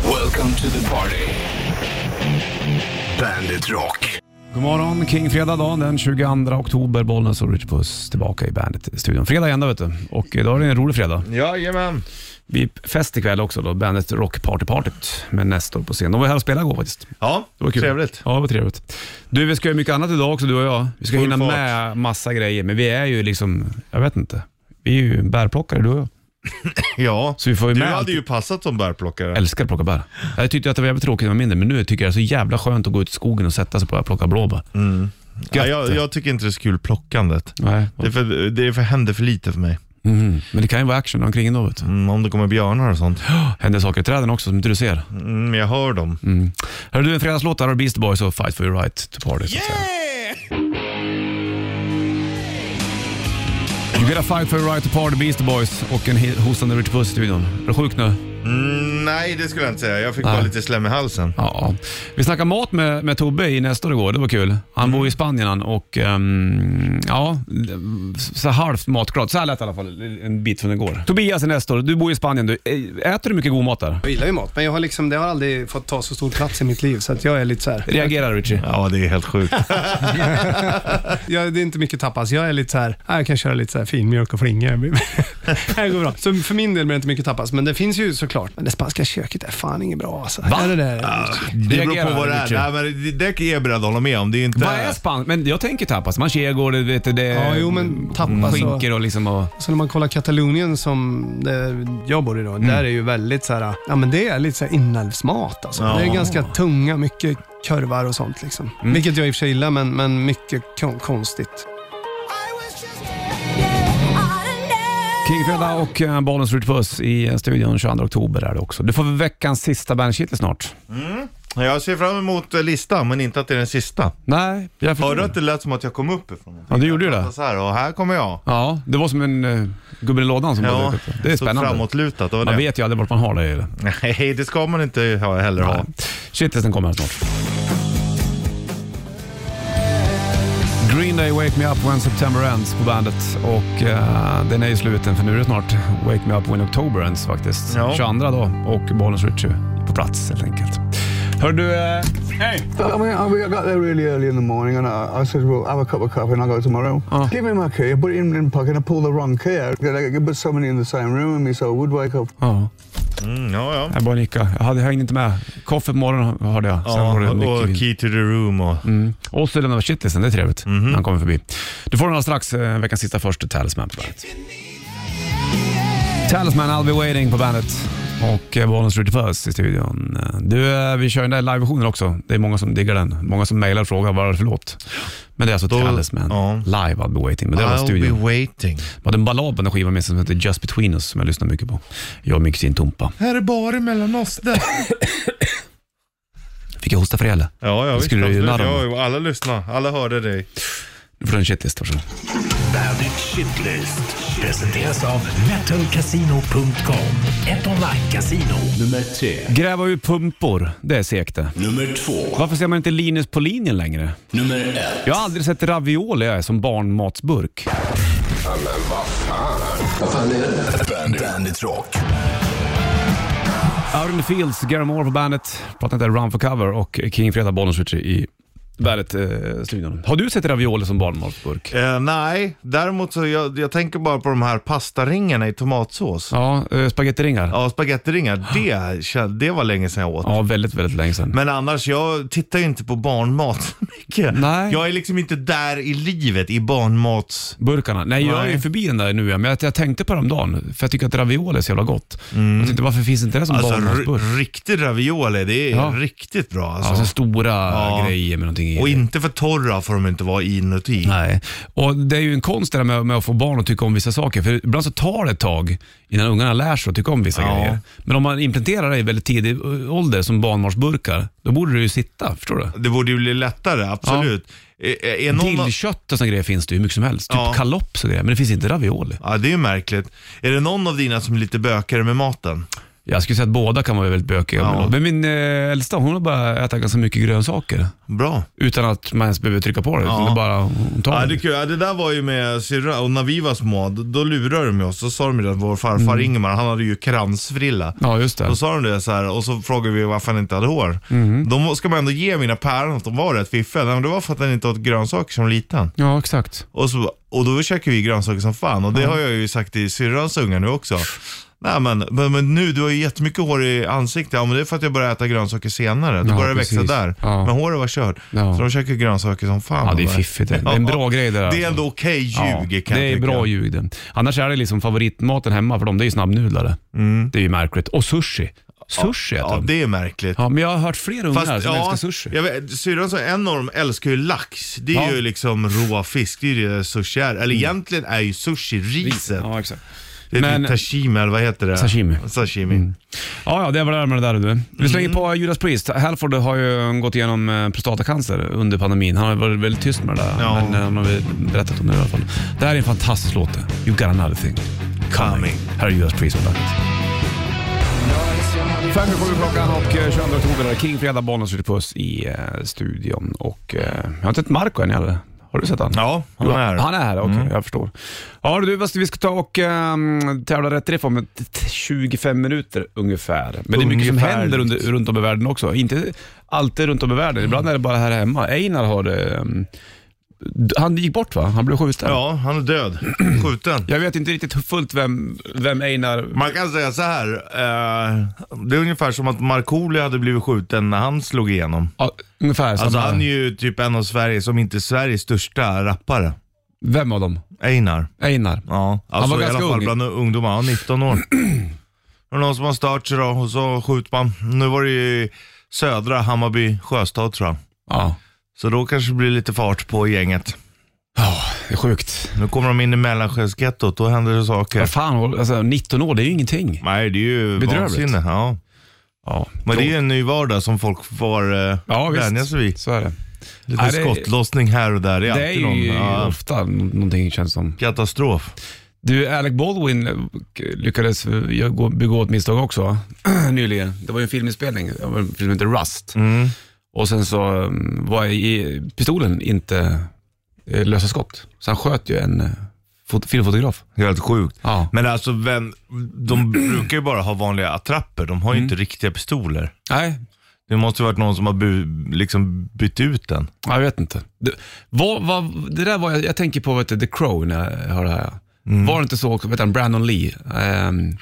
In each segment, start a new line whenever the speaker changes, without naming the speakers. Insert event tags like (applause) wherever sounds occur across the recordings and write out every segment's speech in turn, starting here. Welcome to the party. Bandit Rock.
God morgon, Kingfredag dagen den 22 oktober. Bollnäs och Rich Puss tillbaka i Bandet-studion. Fredag igen då, vet du. Och idag är det en rolig fredag.
Jajamän.
Vi är fest ikväll också då, Bandet Rock Party Partyt med Nestor på scen. De var här och spelade igår faktiskt.
Ja,
Det var kul.
trevligt.
Ja, det var trevligt. Du, vi ska göra mycket annat idag också, du och jag. Vi ska
Full
hinna
fart.
med massa grejer, men vi är ju liksom, jag vet inte. Vi är ju bärplockare, du och jag.
Ja.
Så vi får ju
Du
med
hade
allting.
ju passat som bärplockare.
älskar att plocka bär. Jag tyckte att det var jävligt tråkigt när jag var mindre, men nu tycker jag det är så jävla skönt att gå ut i skogen och sätta sig på och plocka blåbär.
Mm. Ja, jag, jag tycker inte det är så kul plockandet.
Nej.
Det, är för, det är för, händer för lite för mig.
Mhm. Men det kan ju vara action omkring ändå. vet du.
Mm, om det kommer björnar och sånt.
Händer saker i träden också som inte du ser.
Mm, jag hör dem.
Mm. Hör du, en fredagslåt där har Beast Boys och Fight for your right to party. så att säga. Vi spelar Fight for your right to party, Beast Boys och en he- hostande Richard Puss i studion. Är du sjuk nu?
Mm, nej, det skulle jag inte säga. Jag fick bara
Nej.
lite slem i halsen.
Ja. ja. Vi snackade mat med, med Tobbe i nästa år igår, det var kul. Han bor i Spanien han och ehm, ja, så halvt matglad. Så här lät i alla fall en bit från igår. Tobias i nästa år, du bor i Spanien. Du, eh, äter du mycket god mat där?
Jag gillar ju mat, men jag har liksom, det har aldrig fått ta så stor plats i mitt liv, så att jag är lite så här.
Reagerar du, Richie?
Ja, det är helt sjukt.
Jag, det är inte mycket tapas. Jag är lite så här, "Ah, jag kan köra lite så här finmjölk och flingor. (laughs) det här går bra. Så för min del blir det inte mycket tapas, men det finns ju såklart. Men det spanska köket är fan inget bra alltså. Va? Är det
Ah,
där?
(laughs) Det beror
Reagerar
på vad det är.
Richie?
Nej, men det, det är jag beredd att hålla med om. Det är inte...
Vad är spansk? Men jag tänker tapas. Manchego, det, vet du, det
Ja, jo, men tapas och-
Skinkor och liksom och...
Så när man kollar Katalonien som där jag bor i då,
Mm.
där är ju väldigt så här, ja men det är lite så här inälvsmat alltså.
Ja. Mm.
Det är ganska tunga, mycket kurvar och sånt liksom. Vilket jag i och för sig gillar, men, men mycket kon- konstigt.
Kingfredag och eh, Bollens Rich Puss i eh, studion 22 oktober är det också. Du får väl veckans sista bandkittel snart.
Jag ser fram emot eh, listan, men inte att det är den sista.
Nej, jag förstår.
Hörde du att det lät som att jag kom uppifrån?
Ja, du gjorde ju det.
Så här, och här kommer jag.
Ja, det var som en uh, gubben i lådan som bara
Ja,
dök upp. Det är
så
spännande.
framåtlutat. Det var
Man
det.
vet ju aldrig vart man har det. i det.
Nej, det ska man inte ha, heller ha.
Shitlisten kommer här snart. Green Day Wake Me Up When September Ends på bandet och eh, den är ju sluten för nu är det snart Wake Me Up When October Ends faktiskt.
Ja.
22 då och Bollens Ritchie på plats helt enkelt. Hör du, eh,
I mean, I, mean, I got there really early in the morning and I, I said, well, have a cup of coffee and I'll go to my room. Give me my key. I put it in my pocket and I pulled the wrong key out. Like, I could put somebody in the same room with me so I would wake up.
ja,
Mm, ja, ja.
jag bara nicka. Jag, hade, jag hängde inte med. Koffe på morgonen hörde jag. Sen var
Ja,
det mycket Mm,
och
vind.
Key to the Room och...
Och så lämnar vi shitlisten, det är trevligt.
Mhm.
när Han kommer förbi. Du får den alldeles strax, eh, veckans sista först, Talisman på bandet. Talisman, I'll be waiting på bandet. Och eh, Bollnäs Ritty Puss i studion. Eh, Du, eh, vi kör den där liveversionen också. Det är många som diggar den. Många som mejlar och frågar vad är det för låt. Men det är alltså
Då-
Talisman,
ja.
live I'll be waiting. Men det var
I'll
studion.
be waiting.
Vi hade en ballad på den skivan minst som heter Just Between Us som jag lyssnar mycket på. Jag och min kusin Tompa.
Här är bara mellan oss där.
Fick jag hosta för det eller?
ja, ja, visst.
skulle du
absolut.
gilla dem.
Ja, jo, alla lyssnade. Alla hörde dig.
Nu får du en shitlist, varsågod.
Bandit Shitlist. Presenteras av metalcasino.com. Ett online-casino. Nummer tre.
Gräva ur pumpor, det är segt det.
Nummer två.
Varför ser man inte Linus på linjen längre?
Nummer ett.
Jag har aldrig sett ravioli jag är som barnmatsburk.
Bandit, Bandit Rock.
Out in the Fields, Gary Moore på bandet. Pratar inte Run for Cover och King Fredag Bollnäs Ritchie i bandet-studion. har du sett ravioli som barnmatsburk?
Eh, nej, däremot så jag, jag tänker bara på de här pastaringarna i tomatsås. Ja,
Ja, eh, spagettiringar. Ja.
spagettiringar. Det, kän- det var länge sedan jag åt.
väldigt, väldigt länge sedan.
Men annars, jag tittar ju inte på barnmat (laughs) så mycket.
Nej.
Jag är liksom inte där i livet, i barnmats...
Burkarna. Nej, jag är ju
Nej.
förbi den där nu, men jag, jag tänkte på det om dagen för jag tycker att ravioli är så jävla gott. Jag tänkte, varför finns inte det som
Mm. Alltså,
barnmatsburk?
r- riktig ravioli, det är
Ja.
riktigt bra alltså.
Alltså stora
Ja.
grejer med någonting i.
Och inte för torra får de inte vara inuti.
Nej, och det är ju en konst det där med, med att få barn att tycka om vissa saker. För ibland så tar det ett tag innan ungarna lär sig att tycka om vissa
Ja.
grejer. Men om man implementerar det i väldigt tidig eh, ålder som barnmatsburkar, då borde det ju sitta. Förstår du?
Det borde ju bli lättare, absolut. Är, är någon av,
Dillkött och såna grejer finns det ju hur mycket som helst. Typ
Ja.
kalops och grejer, men det finns inte ravioli.
ja, det är ju märkligt. Är det någon av dina som är lite bökigare med maten?
Jag skulle säga att båda kan vara väldigt bökiga.
Ja.
Men min eh, äldsta hon har börjat äta ganska mycket grönsaker.
Bra.
Utan att man ens behöver trycka på det. utan
Ja.
Det är bara hon tar
Ja, det,
det.
är kul. Ja, det där var ju med syrra och när vi var små, då, då lurade de ju oss. Då sa de ju att vår farfar Ingemar, han hade ju kransfrilla.
Mm. Ja, Mm. just det.
Då sa de det så här och så frågade vi varför han inte hade hår. Då må- ska man ändå ge mina päron att de var rätt fiffiga. Nej, men det var för att han inte åt grönsaker som liten.
Ja, exakt.
Och, så, och då käkar vi grönsaker som fan och det har jag ju sagt till syrrans ungar nu också. Nej men, men, men nu, du har ju jättemycket hår i ansiktet. Ja men det är för att jag började äta grönsaker senare. Då
Ja,
började det växa
precis.
där.
Ja.
Men håret var kört.
Ja.
Så de käkar grönsaker som fan.
Ja, det är
de där.
fiffigt. Det Det är en bra grej det där.
Det är
alltså.
ändå okej ljug kan
Det
jag
är
tycka.
bra ljug det. Annars är det liksom favoritmaten hemma för dem, det är ju snabbnudlar. Det är ju märkligt. Och sushi. Sushi äter
Mm.
de.
Ja, det är märkligt.
alltså. Ja, men jag har hört fler ungar som älskar sushi.
jag vet, syrran sa en av dem älskar ju lax. Det är
Ja. Mm.
ju liksom rå fisk, det är ju det sushi är. Eller egentligen är ju sushi riset.
Ja, exakt.
Det är
Men-
men, tashimi, eller vad heter det?
Sashimi. Mm.
Sashimi.
Ja, ja, det var det där med det där du. Vi slänger
Mm.
på Judas Priest. Halford har ju gått igenom eh, prostatacancer under pandemin. Han har varit väldigt tyst med det där,
Ja.
men eh, han har väl berättat om det i alla fall. Det här är en fantastisk låt det. You got another thing coming.
Coming.
Här är Judas Priest på bandet. Fem i sju klockan och eh, 22 oktober är det King Fredag, Bollnäs ute puss i eh, studion. Och, eh, jag har inte sett Marco än heller. Har du sett han?
Ja, han
Du-
är här. Mm.
Han är här, okej. Jag förstår. Ja du, vad ska- vi ska ta och um, tävla rätt riff om ett- ett 25 minuter ungefär. Men det är mycket som
Ungefär.
händer under, runt om i världen också. Inte alltid runt om i världen, ibland är det bara här hemma. Einar har ehm, d- Han gick bort va? Han blev skjuten.
Ja, han är död. Skjuten.
Jag vet inte riktigt fullt vem, vem Einar...
Man kan säga så här. Eh, det är ungefär som att Markoolio hade blivit skjuten när han slog igenom.
Ja, ungefär
Alltså
samma.
han är ju typ en av Sveriges, om inte Sveriges största rappare.
Vem av dem?
Einar.
Einar.
Ja, alltså
var
i
ganska
alla fall
ung.
bland ungdomar. Han var 19 år. Det är någon som har stört sig då och så skjuter man. Nu var det ju södra Hammarby Sjöstad tror jag.
Ja.
Så då kanske det blir lite fart på gänget.
Ja, det är sjukt.
Nu kommer de in i Mellanskärsgettot, då händer det saker.
Vad fan, alltså, 19 år, det är ju ingenting.
Nej, det är ju
Bedrövligt.
vansinne. Ja.
Ja,
Men det är ju en ny vardag som folk får eh,
Ja, visst.
vänja sig vid.
Så är det.
Lite
Nej, det-
skottlossning här och där. Det är,
Det är
alltid
ju
någon ja,
ofta någonting känns som.
katastrof.
Du, Alec Baldwin eh, lyckades eh, gå- begå ett misstag också va? (clears throat) nyligen. Det var ju en filminspelning, det var en film som hette Rust. Och sen så eh, var i pistolen inte eh, lösa skott. Så han sköt ju en eh, fot- filmfotograf.
Helt sjukt.
Ja.
Men alltså, vem,
(clears throat)
de brukar ju bara ha vanliga attrapper. De har ju
Mm.
inte riktiga pistoler.
Nej,
Det måste ju varit någon som har bu, liksom bytt ut den.
jag vet inte. Det, vad, vad, det där var, jag, jag tänker på vet du, The Crow när jag hör det här.
Mm.
Var det inte så också, vet han, Brandon Lee, ehm,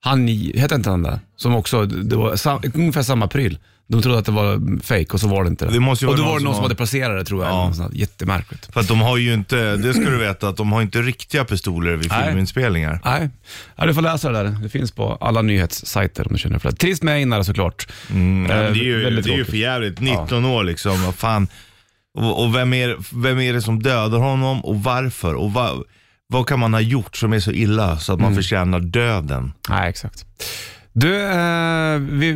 han, hette inte han där? Som också, det var sam, ungefär samma pryl. De trodde att det var fake och så var det inte det.
Det måste ju
och då
vara
var det
någon
någon
som
som
har-
hade placerat det tror jag.
Ja.
eller något sånt där. Jättemärkligt.
För att de har ju inte, det ska du veta, att de har inte riktiga pistoler vid
Nej.
filminspelningar.
Nej, ja, du får läsa det där. Det finns på alla nyhetssajter om du känner för det. Trist med Einar såklart.
Mm,
Eh,
ja, men det är ju,
väldigt
det är ju
tråkigt.
för jävligt 19 år liksom, vad fan. Och, och vem, är, vem är det som dödar honom och varför? Och va, vad kan man ha gjort som är så illa så att man förtjänar döden?
Nej, exakt. Du, eh, vi,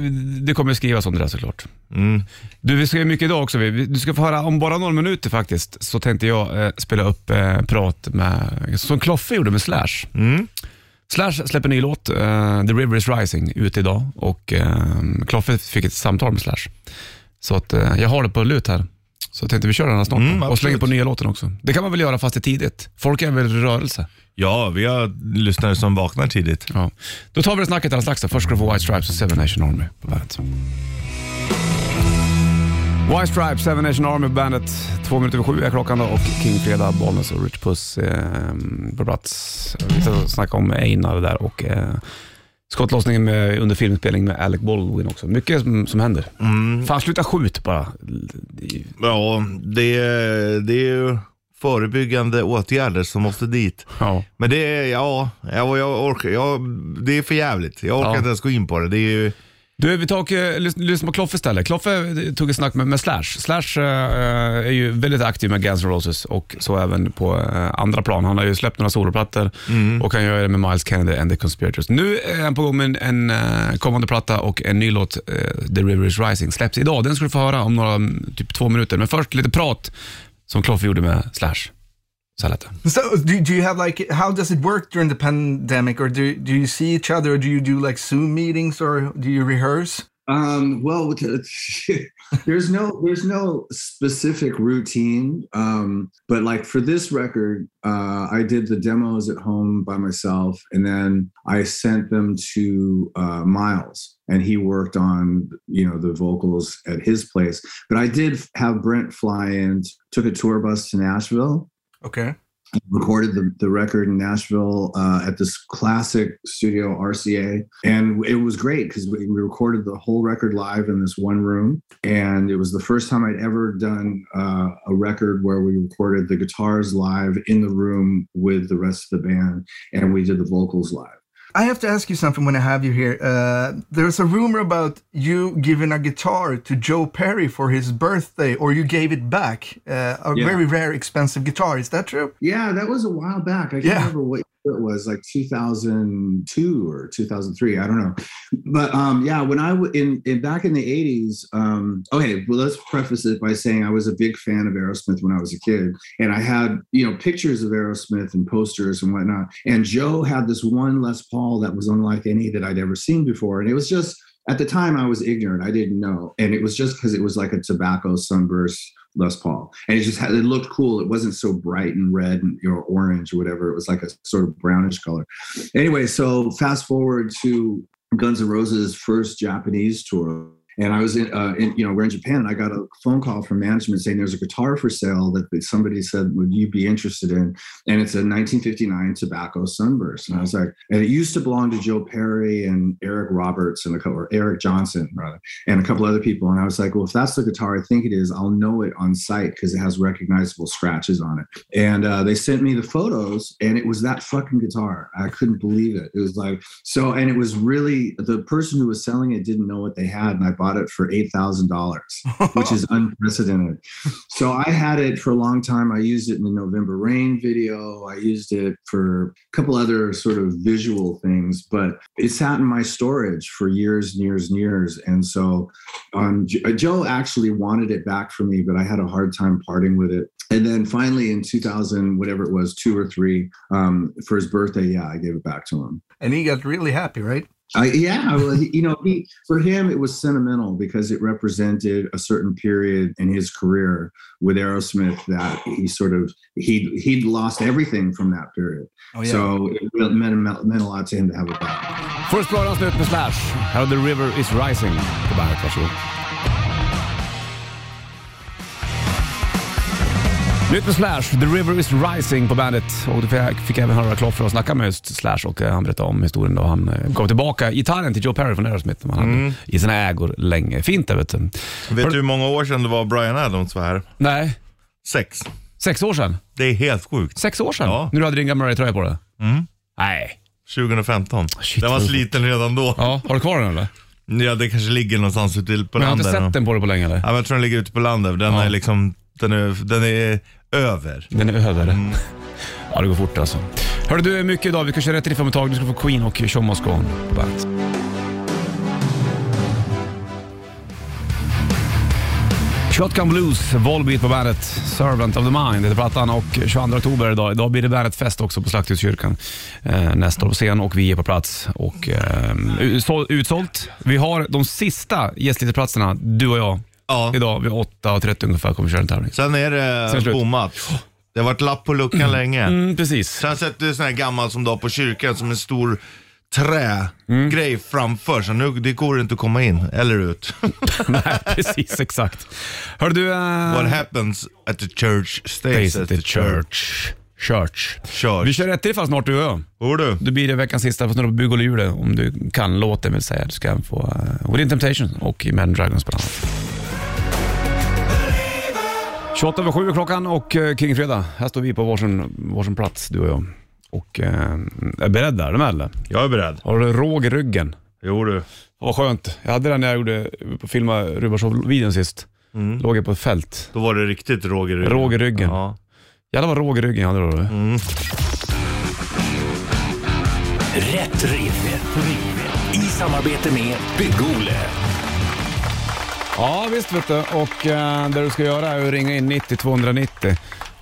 det kommer skrivas om det där såklart.
Mm.
Du, vi ska göra mycket idag också. Vi- vi- Du ska få höra, om bara några minuter faktiskt, så tänkte jag eh, spela upp eh, prat med, som Kloffe gjorde med Slash.
Mm.
Slash släpper ny låt, eh, The River Is Rising, ute idag och eh, Kloffe fick ett samtal med Slash. Så att eh, jag har det på lut här. Så tänkte vi köra den här snart
Mm,
då. och
absolut.
slänga på nya låten också. Det kan man väl göra fast det är tidigt. Folk är väl i rörelse.
Ja, vi har lyssnare som vaknar tidigt.
Ja. Då tar vi det snacket alldeles strax. då. Först ska du få White Stripes och Seven Nation Army på bandet. White Stripes, Seven Nation Army på bandet. Två minuter över sju är klockan då och King Fredag, Bollnäs och Rich Puss eh, på plats. Vi ska snacka om Einar där och eh, skottlossningen med, under filminspelning med Alec Baldwin också. Mycket som, som händer. Fan, sluta skjut bara.
Ja, det, det är ju förebyggande åtgärder som måste dit.
Ja.
Men det är, ja, jag, jag orkar, jag, det är för jävligt. Jag orkar
Ja.
inte ens gå in på det. Det är ju,
Du, vi tar och eh, lys- lyssnar på Kloffe istället. Kloffe eh, tog ett snack med, med Slash. Slash eh, är ju väldigt aktiv med Guns N' Roses och så även på eh, andra plan. Han har ju släppt några soloplattor och han gör det med Miles Kennedy and the Conspirators. Nu är han på gång med en, en eh, kommande platta och en ny låt, eh, The River Is Rising, släpps idag. Den ska du få höra om några, mm, typ två minuter. Men först lite prat som Kloffe gjorde med Slash. Så här lät det.
So do, do you have like how does it work during the pandemic or do do you see each other or do you do like Zoom meetings or do you rehearse?
Um, well, (laughs) there's no there's no specific routine, um, but like for this record, uh, I did the demos at home by myself, and then I sent them to uh, Miles, and he worked on you know the vocals at his place. But I did have Brent fly in, took a tour bus to Nashville,
Okay.
recorded the, the record in Nashville uh, at this classic studio RCA. And it was great because we, we recorded the whole record live in this one room. And it was the first time I'd ever done uh, a record where we recorded the guitars live in the room with the rest of the band. And we did the vocals live.
I have to ask you something when I have you here. Uh, there's a rumor about you giving a guitar to Joe Perry for his birthday, or you gave it back. Uh, a
Yeah.
very rare, expensive guitar. Is that true?
Yeah, that was a while back. I can't
Yeah.
remember what year it was, like 2002 or 2003. I don't know. But um, yeah, when I w- in, in back in the 80s, um, okay, well, let's preface it by saying I was a big fan of Aerosmith when I was a kid, and I had you know pictures of Aerosmith and posters and whatnot. And Joe had this one Les Paul that was unlike any that I'd ever seen before, and it was just. At the time, I was ignorant. I didn't know, and it was just because it was like a tobacco sunburst Les Paul, and it just had, it looked cool. It wasn't so bright and red and you know, orange or whatever. It was like a sort of brownish color. Anyway, so fast forward to Guns N' Roses' first Japanese tour, and I was in, uh, in you know we're in Japan, and I got a phone call from management saying there's a guitar for sale that that somebody said would you be interested in, and it's a 1959 Tobacco Sunburst, and I was like, and it used to belong to Joe Perry and Eric Roberts and a couple, or Eric Johnson rather and a couple other people. And I was like, well, if that's the guitar I think it is, I'll know it on sight because it has recognizable scratches on it. And uh, they sent me the photos, and it was that fucking guitar. I couldn't believe it. It was like, so, and it was really the person who was selling it didn't know what they had. And I bought it for $8,000, which is unprecedented. So I had it for a long time. I used it in the November Rain video, I used it for a couple other sort of visual things, but it sat in my storage for years and years and years. And so um, J- Joe actually wanted it back for me, but I had a hard time parting with it. And then finally in 2000, whatever it was, two or three, um, for his birthday, yeah, I gave it back to him.
And he got really happy, right?
I, yeah, well, he- you know, he, for him it was sentimental because it represented a certain period in his career with Aerosmith that he sort of he he'd lost everything from that period.
Oh
So it really meant, meant a lot to him to have it back.
Först bra avslut med Slash. Här har The River Is Rising på bandet. Varsågod. Nytt med Slash, The River Is Rising på bandet. Och då fick- fick jag även höra Kloffer och snacka med just Slash och eh, han berättade om historien då han eh, gav tillbaka gitarren till Joe Perry från Aerosmith som han
Mm.
hade i sina ägor länge. Fint det vet du.
Vet du hur många år sedan det var Brian Adams var här?
Nej,
Sex.
sex år sedan.
Det är helt sjukt.
Sex år sedan?
Ja. Mm.
När du hade din gamla tröja på dig? Nej.
2015.
Shit,
den var
vad-
sliten redan då. Ja.
Ja, har du kvar den eller?
det kanske ligger någonstans ute på
Men jag har
landet.
inte sett den på dig på länge eller?
Ja, men jag tror den ligger ute på landet. Den
Ja.
är liksom, den är, den är över.
Den är över. Ja, det går fort alltså. Hörru du, mycket idag. Vi ska köra rätt riff om ett tag. Du ska få Queen och Show Must Go On på bandet. Shotgun Blues, Volbeat på bandet, Servant of the Mind heter plattan och 22 oktober idag. Idag blir det bandetfest också på Slakthuskyrkan. Eh, nästa år på scen och vi är på plats och eh, utsål- utsålt. Vi har de sista gästlisterplatserna, du och jag,
Ja.
idag vid 8.30 ungefär kommer vi köra en tävling.
Sen är det
Sen slut.
bommat. Det har varit lapp på luckan länge.
Mm, precis.
Sen sätter du sån här gammal som du har på kyrkan, som en
Mm.
stor trägrej framför. Så nu det går inte att komma in eller
(laughs)
ut.
Nej, precis exakt. Hör du... eh,
What happens at the church stays,
Days at the church. Church.
Church.
Vi kör rätt ifall snart du och jag.
Hör du?
Då blir det veckans sista för snurra på bug och ljudet om du kan låten vill säga. Du ska få uh, Within Temptation och Imagine Dragons bland annat. 28 över 7 är klockan och eh, Kingfredag. Här står vi på varsin, varsin plats du och jag. Och eh, är beredda, är du med eller?
Jag är beredd.
Har du råg i ryggen?
Jo du.
Vad skönt. Jag hade den när jag gjorde, filmade Rubarsov-videon sist. Låg jag på ett fält.
Då var det riktigt råg i ryggen.
Råg i ryggen.
Ja.
Jävlar vad råg i ryggen jag hade då. Mm.
Rätt riff. Rätt riff. I samarbete med Bygg-Ole.
Ja visst vet du. Och eh, det du ska göra är att ringa in 90 290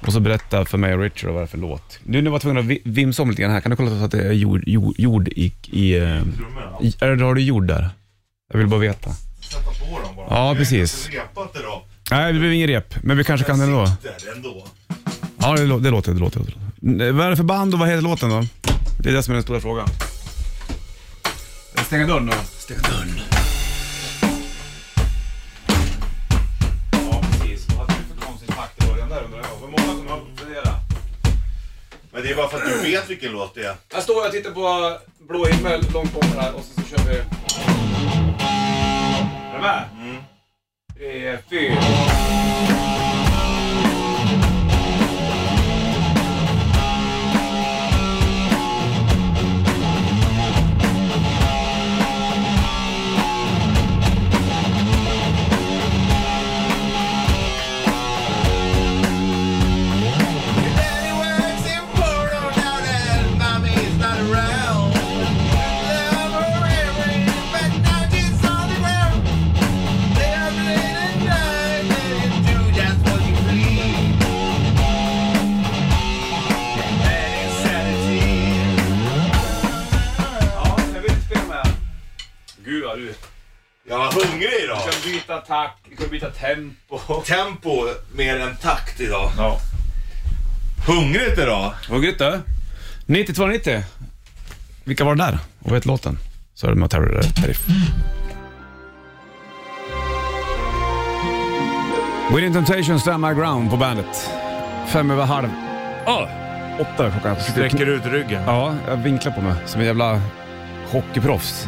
Och så berätta för mig och Richard vad det är för låt. Nu när jag var tvungen att vi- vimsa om lite grann här, kan du kolla så att det är jord, jord, jord i... i, eh, i är, har du jord där? Jag vill bara veta.
Sätta på dem bara.
Ja, precis.
Jag har inte repat idag.
Nej, det blev ingen rep, men vi kanske kan det ändå.
Sitter ändå.
Ja, det, lå- det låter, det låter. det låter. Eh, Vad är det för band och vad heter låten då? Det är det som är den stora frågan. Stänga dörren då. Stänga dörren. Ja, precis. Vad hade du för konstigt i början där undrar jag? Hur många som har funderat?
Men det är bara för att du vet vilken låt det är.
Här står jag och tittar på blå himmel långt bort här och sen så kör vi. Är du med? Mm. Tre, fyra. Ja, jag vill inte spela med. Gud vad du...
Jag var hungrig idag.
Du kan byta attack, du kan byta tempo.
Tempo mer än takt idag.
Ja.
Hungrigt idag.
Vad grymt du. 9290. Vilka var det där? Och vet låten? Så är det med Terror Tariff. Within Temptation, Stand My Ground på bandet. Fem över halv... Oh, åtta är klockan.
Sträcker ut ryggen.
Ja, jag vinklar på mig som en jävla hockeyproffs.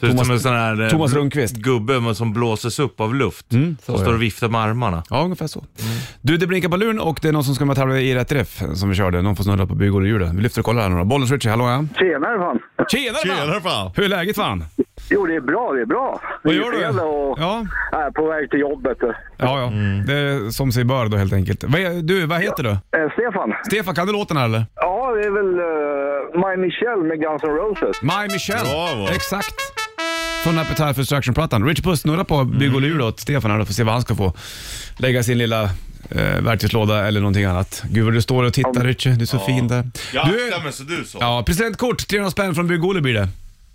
Ser ut
Thomas-
som en sån här eh,
Thomas Rundqvist. Mm,
gubbe men som blåses upp av luft.
så
och
är
står
det.
och viftar med armarna.
Ja, ungefär så. Du, det blinkar på luren och det är någon som ska med och tävla i rätt träff som vi körde. Någon får snurra på bygghjulet. Vi lyfter och kollar här nu då. Bollens Richie, hallå ja.
Tjenare fan!
Tjenare man!
fan!
Hur är läget fan?
Jo, det är bra, det är bra.
Vad
Det är
gör du?
fredag Och,
Ja,
Jag är på väg till jobbet. Eh,
ja. ja. Det är som sig bör då helt enkelt. Vad är, du, vad heter du?
Eh, Stefan?
Stefan, kan du låten här eller?
Ja, det är väl uh, My Michelle med Guns N' Roses.
My Michelle.
Bravo.
Exakt. Från Appetite for Destruction-plattan. Richard Puss snurrar på Bygg och lur åt Stefan här då, för att se vad han ska få lägga sin lilla eh, verktygslåda eller någonting annat. Gud vad du står och tittar Richard, du är så fin där. Du,
men så du så.
ja, presentkort, 300 spänn från Bygg Olle blir det.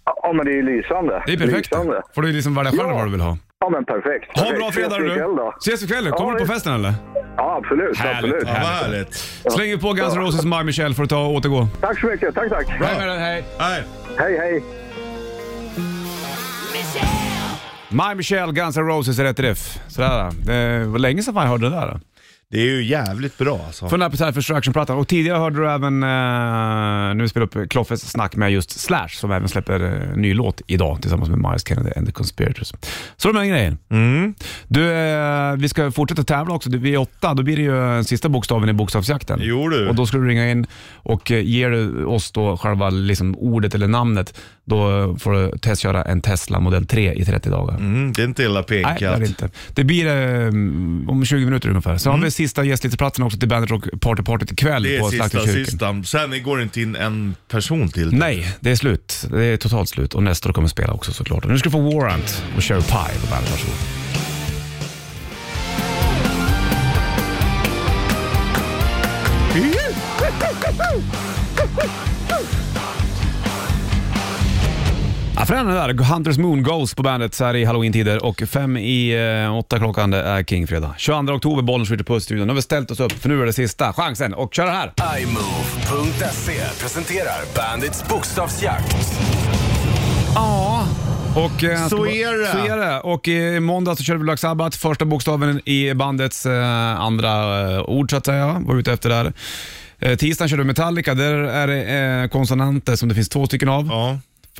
Ja, men det är ju lysande.
Det är perfekt.
Lysande.
får du liksom välja själv
Ja.
vad du vill ha.
Ja, men perfekt.
Ha en
Perfekt.
bra fredag
Ses ikväll
du.
då.
Ses ikväll. Kommer
Ja,
du
visst.
på festen eller?
Ja, absolut. absolut.
Vad härligt.
Slänger på Guns N' Roses My Michelle för att ta och återgå.
Tack så mycket. Tack, tack.
Hej med dig, hej.
Nej.
Hej, hej.
My Michelle, Guns N' Roses är rätt riff. Sådär. Det var länge sedan jag hörde det där.
Det är ju jävligt bra alltså.
Från Appetite for Destruction-plattan. Och tidigare hörde du även, eh, nu spelar upp Kloffes snack med just Slash som även släpper eh, ny låt idag tillsammans med Miles Kennedy and the Conspirators. Så de här grejen.
Mm.
Du, eh, vi ska fortsätta tävla också. Du, Vi är åtta, då blir det ju eh, sista bokstaven i bokstavsjakten.
Jo, du.
Och då ska du ringa in och eh, ger du oss då själva liksom ordet eller namnet, då eh, får du testköra en Tesla modell 3 i 30 dagar.
Mm, det är inte illa
Nej, det är det
pekat.
inte. Det blir eh, om 20 minuter ungefär. Sen har vi sista gästlisteplatsen också till Bandit Rock Party Party ikväll
Mm. Det är
på
sista,
Slakterkyrkan.
sista. Sen går det inte in en person till.
Nej, det är slut. Det är totalt slut. Och Nestor kommer spela också såklart. Och nu ska du få Warrant och Cherry Pie på bandet. Varsågod. Ja, Förändra det där. Hunters Moon Ghost på bandet så här i halloween-tider och fem i eh, åtta klockan det är King fredag. 22 oktober, bollen skjuter på studion. Nu har vi ställt oss upp för nu är det sista chansen och kör det här.
iMove.se presenterar Bandits bokstavsjakt.
Ja. Och, eh,
Så
ska-
är det.
Så är det. Och i måndag så körde vi Black Sabbath, första bokstaven i bandets eh, andra eh, ord så att säga, var vi ute efter där. Eh, tisdagen körde vi Metallica, där är det eh, konsonanter som det finns två stycken av.
Ja.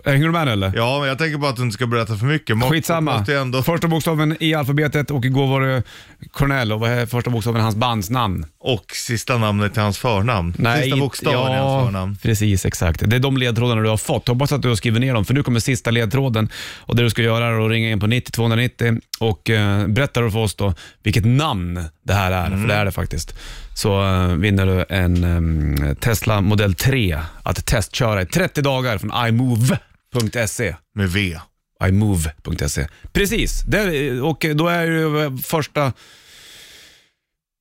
Eh, Hänger du med eller?
ja, men jag tänker bara att du inte ska berätta för mycket. Man
Skitsamma.
måste ju ändå...
Första bokstaven i alfabetet och igår var det Cornell och vad är första bokstaven i hans bandsnamn?
Och sista namnet till hans förnamn. sista
inte-
bokstaven alltså i
ja,
hans förnamn.
Precis, exakt. Det är de ledtrådarna du har fått. Hoppas att du har skrivit ner dem, för nu kommer sista ledtråden. Och Det du ska göra är att ringa in på 90 290 och eh, berätta då för oss då vilket namn det här är,
Mm.
för det är det faktiskt. Så eh, vinner du en eh, Tesla Model 3 att testköra i 30 dagar från imove.se
Med V.
imove.se. Precis, där, och då är ju första eh,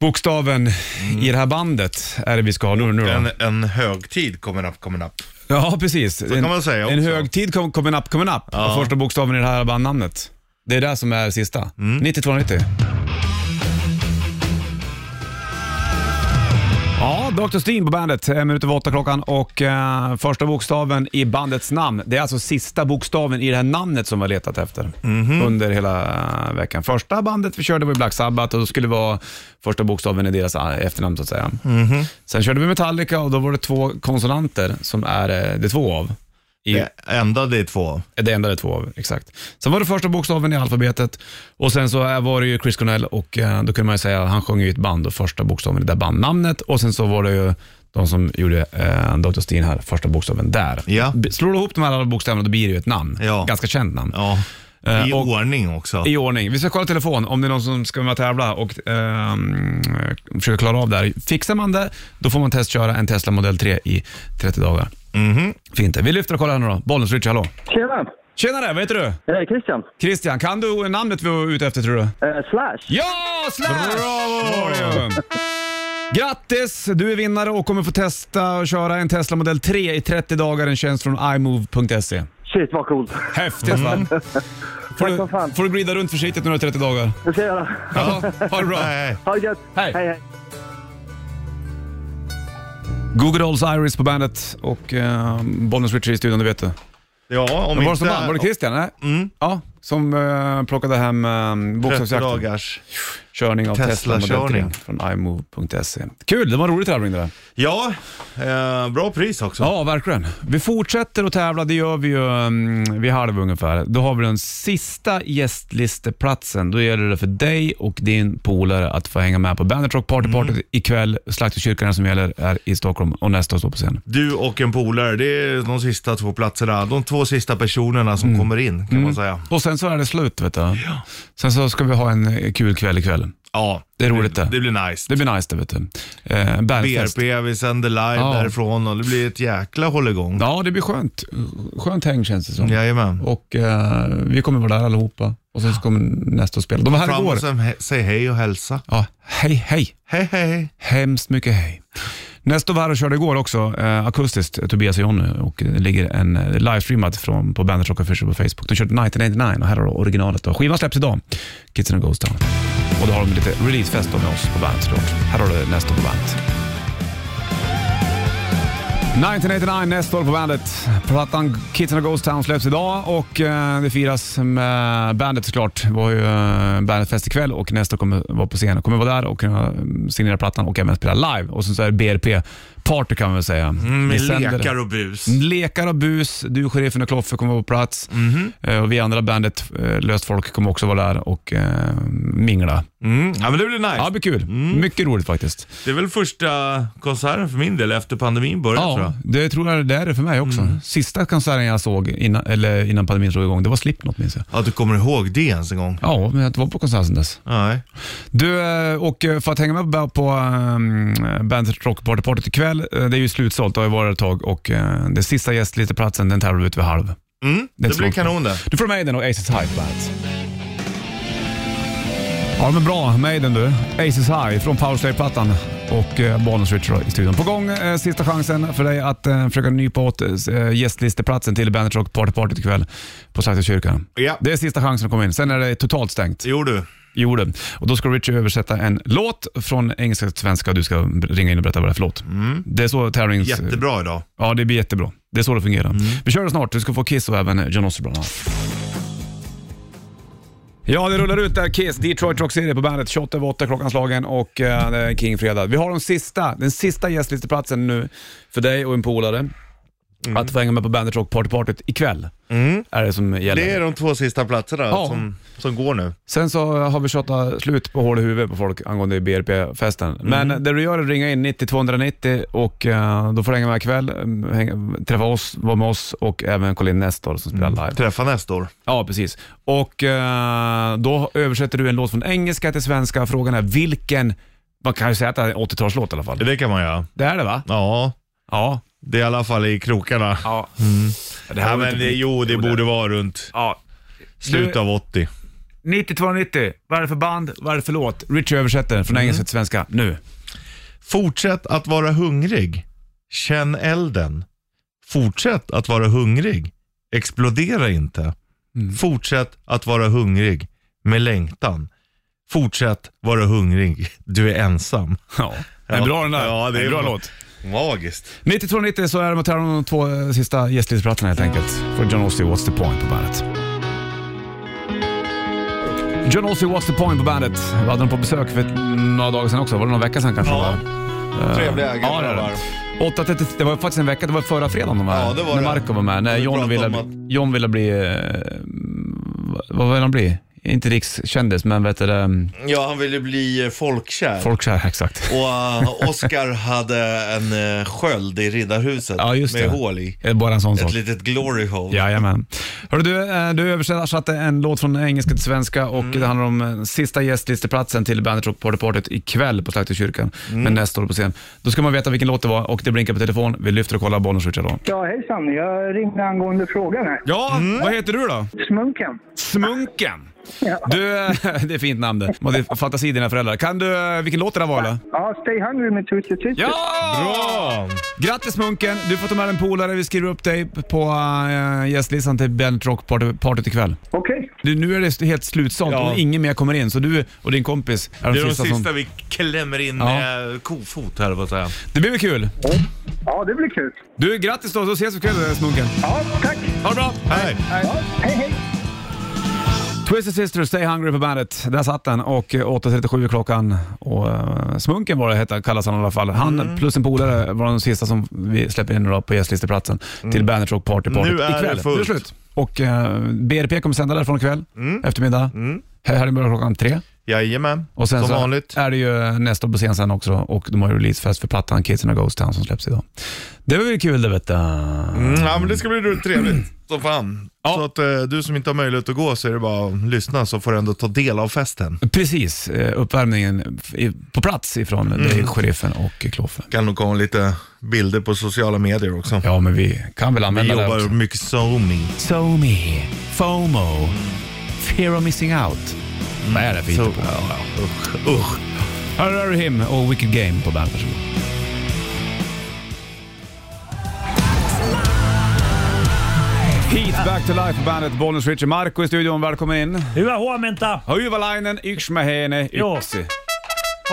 bokstaven
Mm.
i det här bandet är det vi ska ha nu. nu
En,
då.
en högtid kommer upp, kommer upp.
Ja, precis. Så
kan man säga
En
också.
högtid kom- kommer up, kommer up.
Ja.
Första bokstaven i det här bandnamnet. Det är det som är sista.
Mm.
9290. Ja, Dr. Steen på bandet. En minut över åtta klockan och eh, första bokstaven i bandets namn. Det är alltså sista bokstaven i det här namnet som vi har letat efter
Mhm.
under hela eh, veckan. Första bandet vi körde var ju Black Sabbath och då skulle det vara första bokstaven i deras eh, efternamn så att säga. Sen körde vi Metallica och då var det två konsonanter som är eh, det är två av. I,
Det enda det är två.
Det enda det är två av, exakt. Sen var det första bokstaven i alfabetet och sen så eh, var det ju Chris Cornell och eh, då kunde man ju säga, han sjöng ju i ett band och första bokstaven i det där bandnamnet och sen så var det ju de som gjorde eh, Dr. Steen här, första bokstaven där.
Ja.
B- Slår du ihop de här alla bokstäverna då blir det ju ett namn.
Ja.
Ganska känt namn.
Ja.
Eh,
I
och-
ordning också.
I ordning. Vi ska kolla telefon om det är någon som ska vara med och tävla och ehm, försöka klara av det här. Fixar man det, då får man testköra en Tesla Model 3 i 30 dagar. Fint. Vi lyfter och kollar här nu då. Bollnäs Richie, hallå.
Tjena!
Tjenare, vad heter du?
Eh, Christian.
Christian, kan du namnet vi var ute efter tror du?
Eh, slash.
Ja, Slash! Bravo! Grattis! Du är vinnare och kommer få testa och köra en Tesla Model 3 i 30 dagar. En tjänst från imove.se.
Shit vad coolt. (laughs)
Häftigt va? Får du,
som fan.
får du glida runt försiktigt några 30 dagar.
Det ska jag göra.
Ja, ha det bra.
Nej.
Ha det gött.
Hej.
hej.
Google Dolls Iris på bandet och eh, Bollnäs Richie i studion, det vet du.
Ja,
Men var
om
det
inte...
som vann? Var det Christian? Nej? Ja, som eh, plockade hem eh,
30
bokstavsjakten.
dagars.
Körning av Tesla,
Tesla-körning.
Model 3 från imove.se. Kul, det var en rolig tävling det där.
Ja, eh, bra pris också.
Ja, verkligen. Vi fortsätter att tävla, det gör vi ju um, vid halv ungefär. Då har vi den sista gästlisteplatsen. Då gäller det för dig och din polare att få hänga med på Bandit Rock Party Party ikväll. Slakterkyrkan som gäller är i Stockholm och nästa står på scen.
Du och en polare, det är de sista två platserna. De två sista personerna
Mm.
som kommer in kan man säga.
Och sen så är det slut vet du. Sen så ska vi ha en eh, kul kväll ikväll.
Ja,
Det är roligt det.
det blir nice.
Det blir nice det vet du. Eh, bandfest.
BRP, vi sänder live
Ja.
därifrån och det blir ett jäkla hålligång.
Ja, det blir skönt. Skönt häng känns det som.
Jajamän.
Och eh, vi kommer vara där allihopa. Och sen så kommer nästa att spela. De var här
Fram
igår.
och sen he- säg hej och hälsa.
Ja, hej hej.
Hej hej.
Hemskt mycket hej. Nästa var här och körde igår också, eh, akustiskt, Tobias och Jonny. Och det ligger en eh, livestreamad från, på Bandit Rock Official på Facebook. De körde 1999 och här har du originalet. Då. Skivan släpps idag, Kids in a Ghost Town. Och då har de lite releasefest då med oss på Bandit såklart. Här har du nästa på Bandit. 1989, nästa år på bandet. Plattan Kids and the Ghost Town släpps idag och eh, det firas med bandet såklart. Det var ju eh, bandetfest ikväll och nästa år kommer vara på scen. Kommer vara där och kunna mm, signera plattan och även spela live. Och sen så är det BRP-party kan man väl säga.
Mm,
Vi
med
sänder- Mm,
lekar och bus.
Lekar och bus, du, sheriffen och Kloffe kommer vara på plats.
Mhm.
Eh, och vi andra bandet, eh, Löst Folk, kommer också vara där och eh, mingla.
Mm. Ja men det blir nice.
Ja, det blir kul.
Mm.
Mycket roligt faktiskt.
Det är väl första konserten för min del efter pandemin började tror jag. Mm.
Ja, det tror jag det är det för mig också. Sista konserten jag såg innan, eller innan pandemin drog igång, det var Slipknot minns jag.
Att du kommer ihåg det ens en gång.
Ja, men jag har inte var på konsert sedan dess.
Nej.
Du, eh, och eh, för att hänga med på- på um, Bandet Rock Party Party ikväll, eh, det är ju slutsålt, det har ju varit ett tag och eh, den sista gästlisteplatsen den tävlar vi ut vid halv.
Mm. Det,
är
blir
svårt.
kanon det.
Du får Maiden och Aces High på bandet. Ja, de är bra, Maiden du. Aces High från Powerslave-plattan och eh, Bonus Richard i studion. På gång, eh, sista chansen för dig att eh, försöka nypa åt eh, gästlisteplatsen till Bandet Rock Party Party ikväll på Sankta kyrkan.
Ja.
Det är sista chansen att komma in. Sen är det totalt stängt.
Jo du.
Jo det. Och då ska Richie översätta en låt från engelska till svenska och du ska ringa in och berätta vad det är för låt. Det är så tävlings...
Jättebra idag.
Ja, det blir jättebra. Det är så det fungerar.
Mm.
Vi kör det snart. Du ska få Kiss och även eh, John Osborne. Ja, det rullar ut där. Kiss, Detroit Rock City på bandet. 28 över 8 klockan slagen och eh, det är King Fredag. Vi har de sista, den sista gästlisteplatsen nu för dig och en polare.
Mm.
Att få hänga med på Bandet Rock Party Partyt ikväll är det som gäller.
Det är de två sista platserna
Ja.
som, som går nu.
Sen så har vi tjatat slut på hål i huvudet på folk angående BRP-festen. Men det du gör är att ringa in 90 290 och eh, då får du hänga med ikväll, mm, häng, träffa oss, vara med oss och även kolla in Nestor som spelar live.
Träffa nästa år.
Ja, precis. Och eh, då översätter du en låt från engelska till svenska. Frågan är vilken, man kan ju säga att det är en 80-talslåt i alla fall.
Det kan man göra.
Det är det va?
Ja,
Ja. Mm.
det är i alla fall i krokarna.
Ja,
Ja, men det, jo, det borde vara runt
ja.
slutet av 80.
9290. Vad är det för band? Vad är det för låt? Richie översätter från engelska till svenska nu.
Fortsätt att vara hungrig. Känn elden. Fortsätt att vara hungrig. Explodera inte. Fortsätt att vara hungrig med längtan. Fortsätt vara hungrig. Du är ensam.
Ja, det är bra den där.
Ja, det är
en bra
bra.
låt.
Magiskt.
9290 så är det mot här de två eh, sista gästlistplatserna helt enkelt. För John Ossie, What's the point på bandet. John Ossie, What's the point på bandet. Vi hade dem på besök för ett- några dagar sedan också. Var det någon vecka sedan kanske?
Ja.
va?
Trevliga
Ja, det är
grabbar.
det. 8.30, det var faktiskt en vecka, det var förra fredagen de var här,
Ja, det var
När
det.
Marco var med. När
Vi
John
pratade
ville,
om att-
John ville bli, eh, vad vill han bli? Inte rikskändis, men vet du det, mm,
Ja, han ville bli eh, folkkär.
folkkär exakt.
Och eh, Oscar (laughs) hade en eh, sköld i riddarhuset
Ja, just
med
det.
hål i.
Eh, Bara en sån sak.
Ett litet glory
Mm.
hole.
Jajamän. Hörru, du, eh, du översatte en låt från engelska till svenska och det handlar om eh, sista gästlisteplatsen till Bandet Rock Party Partyt ikväll på Slakters kyrkan med Nestor på scen. Då ska man veta vilken låt det var och det blinkar på telefon. Vi lyfter och kollar bollen switchar då.
Ja, hejsan. Jag ringde angående frågan här.
Ja, vad heter du då?
Smunken.
Smunken.
Ja.
Du, eh, (laughs) det är fint namn det. Och det är Fantasi dina föräldrar. Kan du, eh, vilken låt det där var eller?
Ja, Stay Hungry med Twisted Sister.
Ja!
Bra!
Grattis Munken! Du får ta med en polare. Vi skriver upp dig på eh, gästlistan till Bandet Rock Party- Partyt ikväll.
Okej.
Du, nu är det helt slutsålt
Ja.
och ingen mer kommer in, så du och din kompis är
Det
de,
är de
sista,
sista
som...
vi klämmer in
Ja.
med kofot här, vad säger jag.
Det blir väl kul?
Ja, det blir kul.
Du, grattis då, så ses vi ikväll eh, Smunken.
Ja, tack.
Ha det bra!
Hej!
Hej, hej.
Twisted Sisters, Stay Hungry på bandet. Där satt den och eh, 8.37 klockan. Och, eh, Smunken var det hette, kallas han i alla fall. Han
Mm.
plus en polare var de sista som vi släpper in idag på gästlisteplatsen till Bandet Rock Party Party
Mm. Nu är det
ikväll.
fullt. Mm.
Nu är det slut. Och eh, BRP kommer sända därifrån ikväll, eftermiddag. Här Helgen börjar klockan tre.
Jajamän,
Och sen
som
så
vanligt.
är det ju nästa på scen sen också och de har ju releasefest för plattan Kids in a Ghost Town som släpps idag. Det var väl kul det vet du.
Mm, ja, men det ska bli roligt trevligt som fan.
Ja.
Så att eh, du som inte har möjlighet att gå så är det bara att lyssna så får du ändå ta del av festen.
Precis, eh, uppvärmningen i- på plats ifrån
Mm.
dig, sheriffen och Kloffe.
Kan nog komma lite bilder på sociala medier också.
Ja, men vi kan väl
Vi
använda det
jobbar
också.
mycket zooming.
So me, FOMO, Fear of Missing Out. Vad är det för
Så,
hittepå?
ja, usch, usch.
Här är Him och Wicked Game på bandet. Varsågod. Heat Back to Life på bandet, Bollnäs Richie. Marco i studion, välkommen in.
Hyvää huomenta.
Hyvalainen, Yxmähene,
Ja.
Yksi.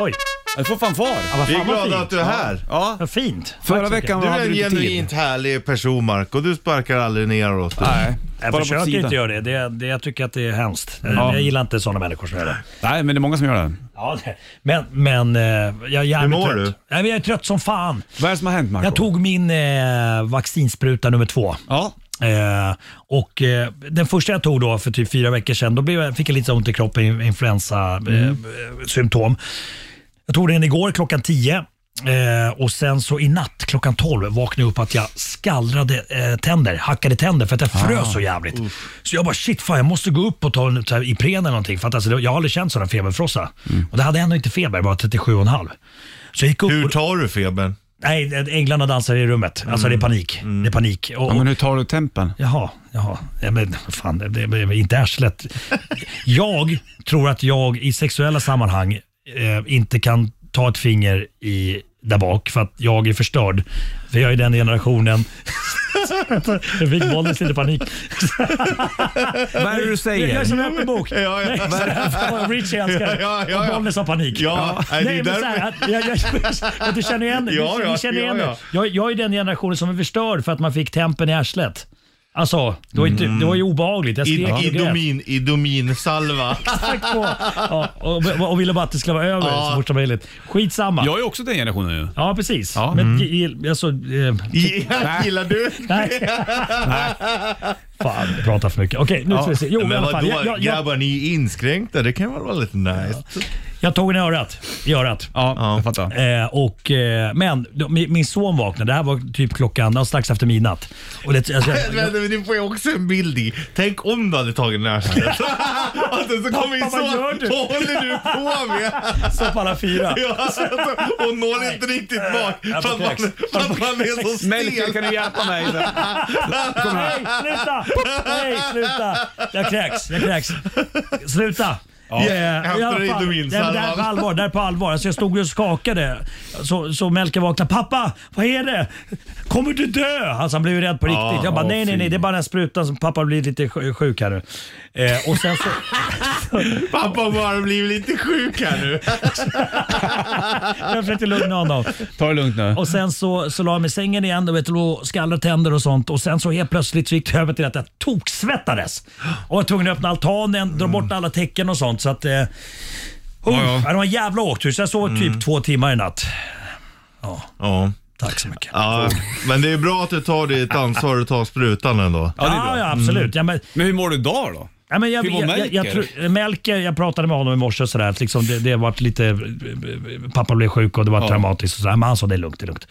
Oj,
Du får fanfar.
vad
Vi är
fan vad
glada
fint.
att du är här.
Ja.
Vad fint.
Förra
Tack så mycket.
veckan
Du
var
är
hade
en
du inte tid.
genuint härlig person Marco. Du sparkar aldrig neråt. du.
Nej,
Jag
bara på
försöker
sidan.
inte göra det. det, det. Jag tycker att det är hemskt. Eh, Jag gillar inte sådana människor som gör det.
Nej, men det är många som gör det.
Ja, det- men, men eh, jag är jävligt
mår
trött.
du?
Nej, men jag är trött som fan.
Vad är det som har hänt Marco?
Jag tog min eh, vaccinspruta nummer två.
Ja.
Eh, och eh, Den första jag tog då för typ fyra veckor sedan, då blev jag, fick jag lite så ont i kroppen, in- influensasymptom. Eh, eh, symptom. jag tog den igår klockan 10 eh, och sen så i natt klockan 12 vaknade jag upp att jag skallrade eh, tänder, hackade tänder för att jag frös så jävligt. Så jag bara shit, fan, jag måste gå upp och ta en så här Ipren eller någonting. För att, alltså, det- jag har aldrig känt sådan feberfrossa. Och det hade jag ändå inte feber, bara 37,5. Så jag gick upp
Hur
och,
tar du febern?
Nej, änglarna dansar i rummet. Alltså det är panik. Det är panik. Och,
Ja, men hur tar du tempen?
Jaha, jaha. Ja, men fan, det, det, det inte arslet. Jag tror att jag i sexuella sammanhang eh, inte kan ta ett finger i, där bak för att jag är förstörd. För jag är den generationen... (laughs) jag fick Bollnäs lite panik.
Vad är det
Jag
du
är
säger?
som en öppen bok.
(laughs) Ja, ja.
Richie älskar det.
(laughs) Ja, ja, ja, ja.
Och Bollnäs har panik.
Ja, nej, det är
Nej, men så
därför-
här, att- jag, jag, jag, (laughs) du känner igen det.
Ja,
Du-
ja,
ni känner igen
ja,
det.
ja.
Jag, jag är den generationen som är förstörd för att man fick tempen i arslet. Alltså, det var, inte, det var ju
Mm.
obehagligt. Jag skrek och grät.
Idomin, idominsalva.
(laughs) Tack på. Ja, och, och ville bara att det skulle vara över
Ja.
så fort som möjligt. Skitsamma.
Jag är också den generationen ju.
Ja, precis.
Ja.
Men mm. alltså... Eh,
(laughs) Ja, Gillar du? (laughs)
nej. Fan, jag pratar för mycket. Okej, nu ska vi se. Jo, i
men
alla fall.
vadå
Jag, jag, jag,
grabbar, ni är inskränkta. Det kan väl vara lite nice.
Jag tog den i örat. I örat.
Ja, jag fattar.
Eh, och, eh, men då, min, min son vaknade, det här var typ klockan ja, strax efter midnatt. Och det,
(laughs)
alltså, jag- jag-
Men nu får jag också en bild i. Tänk om du hade tagit den här (laughs) snällen. Och sen så kommer min
Pappa, vad
son.
gör du?
Vad håller du på med?
så på alla fyra.
(laughs) Ja, alltså, och når inte riktigt bak för
jag
att
får
man,
kräks.
för att man är så
Melker,
stel.
kan du hjälpa mig? Kom
Nej,
här.
(laughs)
sluta! Nej, sluta! Jag kräks, jag kräks. Sluta! Eh, Ja,
hämtar Indomin,
det är det här är på
Salman.
allvar. Det här är på allvar. Alltså jag stod och skakade. Så, så Melker vaknade. Pappa, vad är det? Kommer du dö? Alltså han blev ju rädd på riktigt.
Ja,
jag bara,
ja,
nej, nej, nej.
fy.
Det är bara den här sprutan som pappa har blivit lite sj- sjuk här nu. Eh, och sen så...
(laughs) Pappa har bara blivit lite sjuk här nu.
jag försökte lugna honom.
Ta det lugnt nu.
Och sen så, så la jag mig i sängen igen du vet, och låg och skallade tänder och sånt. Och sen så helt plötsligt så gick det över till att jag toksvettades. Och var tvungen att öppna altanen, dra bort alla tecken och sånt. Så att, eh, Oh,
Mm. ja. Mm.
ja, Det var en jävla åktur, så jag sov typ två timmar i natt.
Ja.
Tack så mycket.
ja, men det är bra att du tar ditt ansvar och tar sprutan ändå.
Ja, ja, absolut. Ja, men,
Men hur mår du idag då?
ja, men jag,
Mm. Hur mår
jag, jag, jag,
Melker?
tror- Melker, jag pratade med honom i morse och sådär. att Liksom, det, det vart lite, pappa blev sjuk och det var traumatiskt. Och sådär. Men han sa det är lugnt, det är lugnt.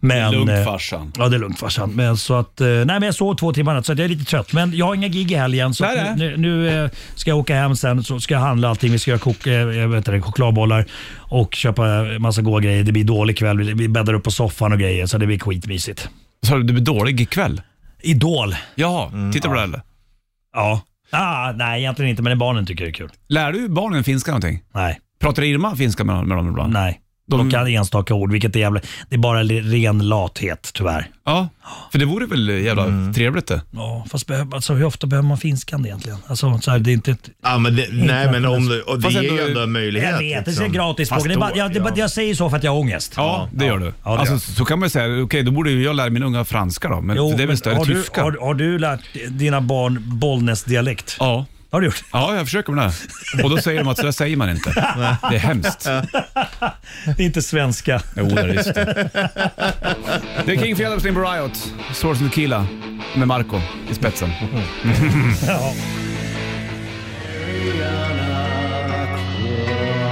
Men,
Lugnt,
eh,
farsan.
Ja, det är lugnt farsan. Men, så att, eh, nej, men jag sov två timmar i natt, så att jag är lite trött. Men jag har inga gig i helgen, så
Nej,
att nu,
nej.
nu eh, ska jag åka hem sen. Så ska jag handla allting. Vi ska göra kok, eh, jag vet inte, chokladbollar och köpa massa goda grejer. Det blir dålig kväll. Vi, vi bäddar upp på soffan och grejer, så det blir skitmysigt.
Sa du du blir dålig ikväll?
Idol.
Jaha,
Mm,
titta på det eller?
Ja. Ah, nej, egentligen inte, men barnen tycker det är kul.
Lär du barnen finska någonting?
Nej,
Pratar Irma finska med, med dem ibland?
nej. De,
De-
kan enstaka ord, vilket är jävla... Det är bara li- ren lathet, tyvärr.
Ja, för det vore väl jävla trevligt det.
Mm. Ja, fast behöver, alltså, hur ofta behöver man finskan egentligen? Alltså, så här, det är inte... ett-
Ja, men det, nej, men om du, och det
Fast
ger
ändå-
ju ändå en möjlighet.
Jag vet, det är
liksom.
gratis
Fast
det är bara,
då,
jag, det är bara,
ja.
jag säger så för att jag har ångest.
Ja, det gör du.
gör
alltså,
jag.
så kan man ju säga, okej då borde ju jag lära mina unga franska då, men det är väl
men
större
har, du,
tyska?
har, har du lärt dina barn Bollnäs-dialekt?
Ja.
Har du gjort? (laughs)
ja, jag försöker med det. Och då säger de att sådär säger man inte. Det är hemskt.
Det är inte svenska. (laughs)
Jo, det är just det. Det är King Fjädersten på Riot, Source Tequila med Marco i spetsen.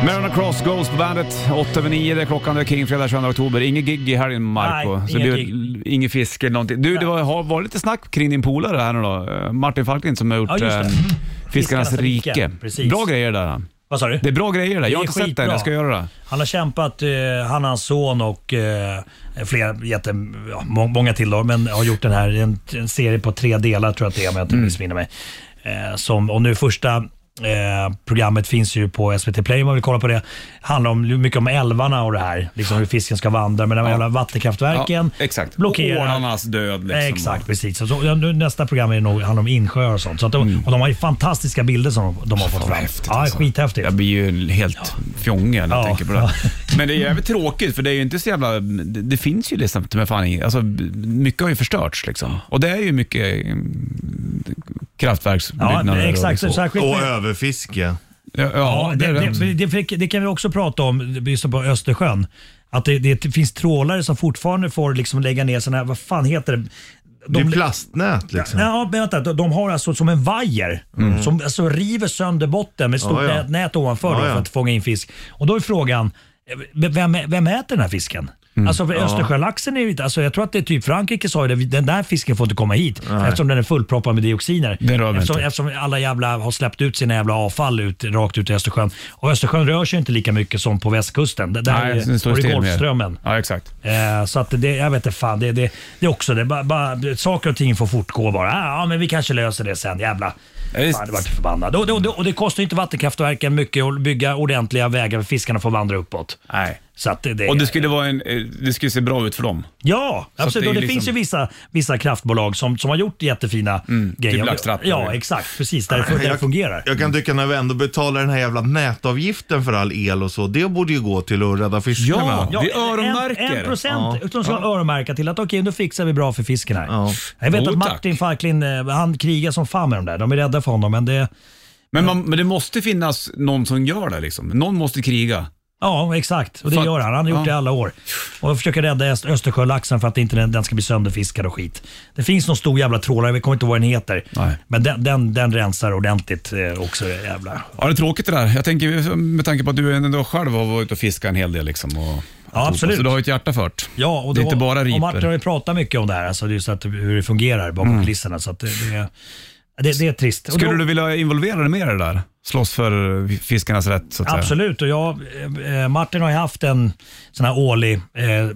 Mariana Cross, Ghost på bandet. 8 över 9, det är klockan. Det är King fredag 22 oktober. Inget gig i helgen Marco.
Nej,
Så det
inget
blir Inget fiske eller någonting. Du, det var, har varit lite snack kring din polare här nu då. Eh, Martin Falklind som har gjort
Ja, just det. Mm.
eh, Fiskarnas
Fiskarnas
rike.
rike, precis.
Bra grejer där.
Vad sa du?
Det är bra grejer där. Jag har
är
inte sett det
skitbra.
än. Jag ska göra det.
Han har kämpat, eh, han och hans son och eh, fler, jätte, ja, må, många till då, men har gjort den här, en, en serie på tre delar tror jag att det är om jag inte
Mm.
missminner mig. Eh, som, och nu första eh, programmet finns ju på SVT Play om man vill kolla på det. Handlar om, mycket om älvarna och det här, liksom hur fisken ska vandra mellan de jävla vattenkraftverken.
Ja, exakt.
Blockerar.
Ålarnas död liksom.
Exakt, precis. Så, så, ja, nu, nästa program är nog, handlar om insjöar och sånt. Så att de, och de har ju fantastiska bilder som de, de har fått
Mm. Fan, vad
fram.
häftigt,
ja,
alltså.
skithäftigt.
Jag blir ju helt fjongig när jag
Ja.
tänker på det. Men det är jävligt tråkigt för det är ju inte så jävla... Det, det finns ju liksom inte med fan ingen- alltså, Mycket har ju förstörts liksom. Och det är ju mycket mm,
Ja,
kraftverksbyggnader. och
exakt.
liksom.
Så, särskilt
Och
med-
överfiske.
Ja,
Ja,
ja,
det,
är
det, det, fick- det kan vi också prata om just på Östersjön. Att det, det finns trålare som fortfarande får liksom lägga ner sådana här, vad fan heter det?
Det är
De-
plastnät liksom.
Ja, men vänta, de- de har alltså som en vajer
Mm.
som alltså river sönder botten med ett stort
Ja, ja.
nät- nät ovanför då,
Ja, ja.
för att fånga in fisk. Och då är frågan, eh, vem, vem äter den här fisken?
Mm.
Alltså för Östersjölaxen är ju inte, alltså jag tror att det är typ Frankrike sa ju det, den där fisken får inte komma hit eftersom den är fullproppad med dioxiner.
Den rör vi
eftersom,
inte.
eftersom alla jävla har släppt ut sina jävla avfall ut, rakt ut i Östersjön. Och Östersjön rör sig inte lika mycket som på västkusten. Det- Där
Nej,
är,
det står
och det
still
är
mer.
Golfströmmen.
Ja, exakt.
Eh, Så att det, jag vet inte fan, det, det, det är också det. Bara, bara, saker och ting får fortgå bara. Ah, Ja, men vi kanske löser det sen. Jävla.
Ja, visst.
Fan, det vart förbannad. Och, och, och det kostar ju inte vattenkraftverken mycket att bygga ordentliga vägar för fiskarna får vandra uppåt.
Nej.
Så att det, det,
Och det skulle, vara en, eh, det skulle se bra ut för dem.
Ja,
att
absolut.
det är
och det
liksom-
finns ju vissa, vissa kraftbolag som, som har gjort jättefina grejer.
Mm, typ Laxtratt.
Ja, exakt. Precis. Där, det- där det fungerar.
Jag kan tycka när vi ändå betalar den här jävla nätavgiften för all el och så, det borde ju gå till att rädda fiskarna.
Ja. vi öronmärker.
En, en procent utan ska öronmärka till att okej, då fixar vi bra för fisken här.
Ja.
Jag vet
Jo,
att
tack.
Martin Falklin, eh, han krigar som fan med de där. De är rädda för honom, men det...
Men, man, men det måste finnas någon som gör det liksom. Någon måste kriga.
Ja, exakt. Och det
Fan.
gör han. Han har gjort
Ja.
det i alla år. Och försöker rädda Öst- Östersjölaxen för att inte den, den ska bli sönderfiskad och skit. Det finns någon stor jävla trålare, vi kommer inte ihåg vad den heter.
Nej.
Men den, den, den rensar ordentligt eh, också. Jävla.
Ja, det är tråkigt det där. Jag tänker, med tanke på att du ändå själv har varit ute och fiskat en hel del. Liksom, och,
Ja, absolut.
Så du har ju ett hjärta för det.
Ja, och
Det är
då-
inte bara
Och Martin har
riper. Mm.
ju pratat mycket om det här, alltså det är så att hur det fungerar bakom kulisserna. Så att det, det, det, det är trist. Och
Skulle
då-
du vilja involvera dig mer i det där? Slåss för fiskarnas rätt, så att säga.
Absolut, och jag, eh, eh, Martin har ju haft en sån här årlig eh,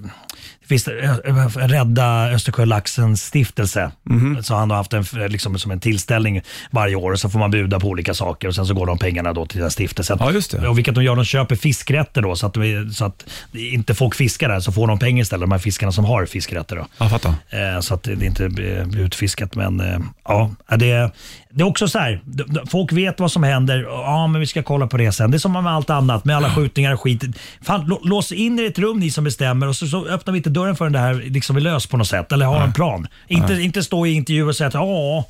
det finns eh, eh, Rädda Östersjölaxens stiftelse.
Mhm.
Så han har haft en, f- liksom, som en tillställning varje år och så får man buda på olika saker och sen så går de pengarna då till den här stiftelsen.
Ja, just det.
Och vilket de gör, de köper fiskrätter då så att, de, så att inte folk fiskar där så får de pengar istället, de här fiskarna som har fiskrätter. Då.
Jag fattar.
Eh, Så att det det inte blir utfiskat. Men eh, ja, det, det är också så här. d- d- Folk vet vad som händer. Ja, men vi ska kolla på det sen. Det är som med allt annat, med alla skjutningar och skit. Fan, lå- lås in er i ett rum ni som bestämmer och så, så öppnar vi inte dörren förrän det här liksom är löst på något sätt. Eller har en plan. Inte, inte stå i intervjuer och säga att ja,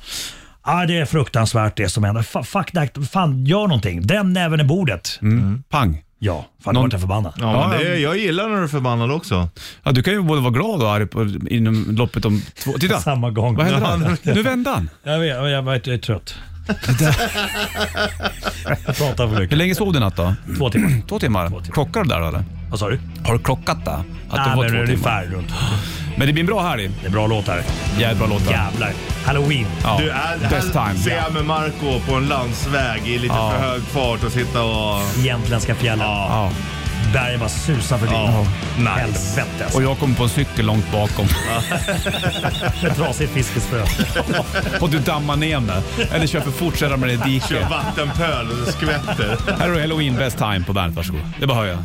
ja, det är fruktansvärt det som händer. Fa- Fuck that. Fan, gör någonting. Den näven i bordet.
Pang.
Ja, fan Någon...
Någon-
vart jag förbannad.
Ja, men det, jag gillar när du är förbannad också.
Ja, du kan ju både vara glad och arg på, inom loppet om två... Titta!
Samma gång.
Vad hände där? Nu vände han.
Jag, vet, jag, vet, jag är trött. jag pratar för
Hur
mycket.
länge sov du i natt då?
Två timmar.
Två timmar?
timmar.
Klockar du där då eller?
Vad sa du?
Har du klockat det? Att det
Nej,
var
men
två timmar?
ungefär runt.
Men det blir en bra helg.
Det är bra låtar.
Jävligt bra låtar.
Jävlar. Halloween.
Ja.
Du, här,
Best
här
time.
ser jag med Marco på en landsväg i lite för hög fart och sitta och...
Jämtländska fjällen.
Ja.
Bergen bara susar förbi.
Ja. Nice.
Helvete alltså.
Och jag kom på en cykel långt bakom. (laughs)
Ett trasigt fiskespö.
och du dammar ner mig. Eller kör för fort så
(laughs)
ramlar ner i diket.
Kör vattenpöl och det skvätter.
Här har du Halloween Best Time på bandet. Varsågod. Det bara hör jag.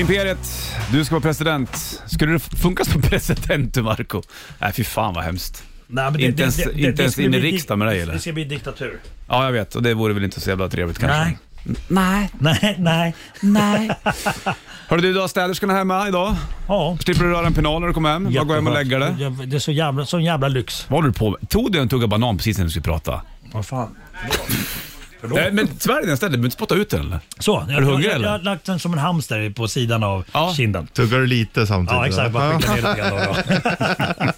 Imperiet, du ska vara president. Skulle du funka som (laughs) president du Marco? Nej, fy fan vad hemskt.
Nej, men
Inte ens- inte ens
ska
in i
bli-
riksdagen med dig, eller?
Det ska bli diktatur.
Ja, jag vet. Och det vore väl inte så jävla trevligt kanske.
Nej. Nej. Nej, nej, nej.
Hörru du, du har städerskorna hemma idag.
Ja.
Slipper du röra en penal när du kommer hem. Bara gå hem och lägga det.
Jätteskönt. Det är så jävla, sån jävla lyx.
Vad håller du på med? Tog du en tugga banan precis när du skulle prata?
Vad fan.
Nej, men svälj den istället. Du behöver inte spotta ut den eller?
Så,
du
jag,
hungrig,
jag, jag,
eller?
har lagt den som en hamster på sidan av
Ja.
kinden.
Tuggar du lite samtidigt?
Ja, exakt. Bara skicka ner lite grann då och
(laughs)
då.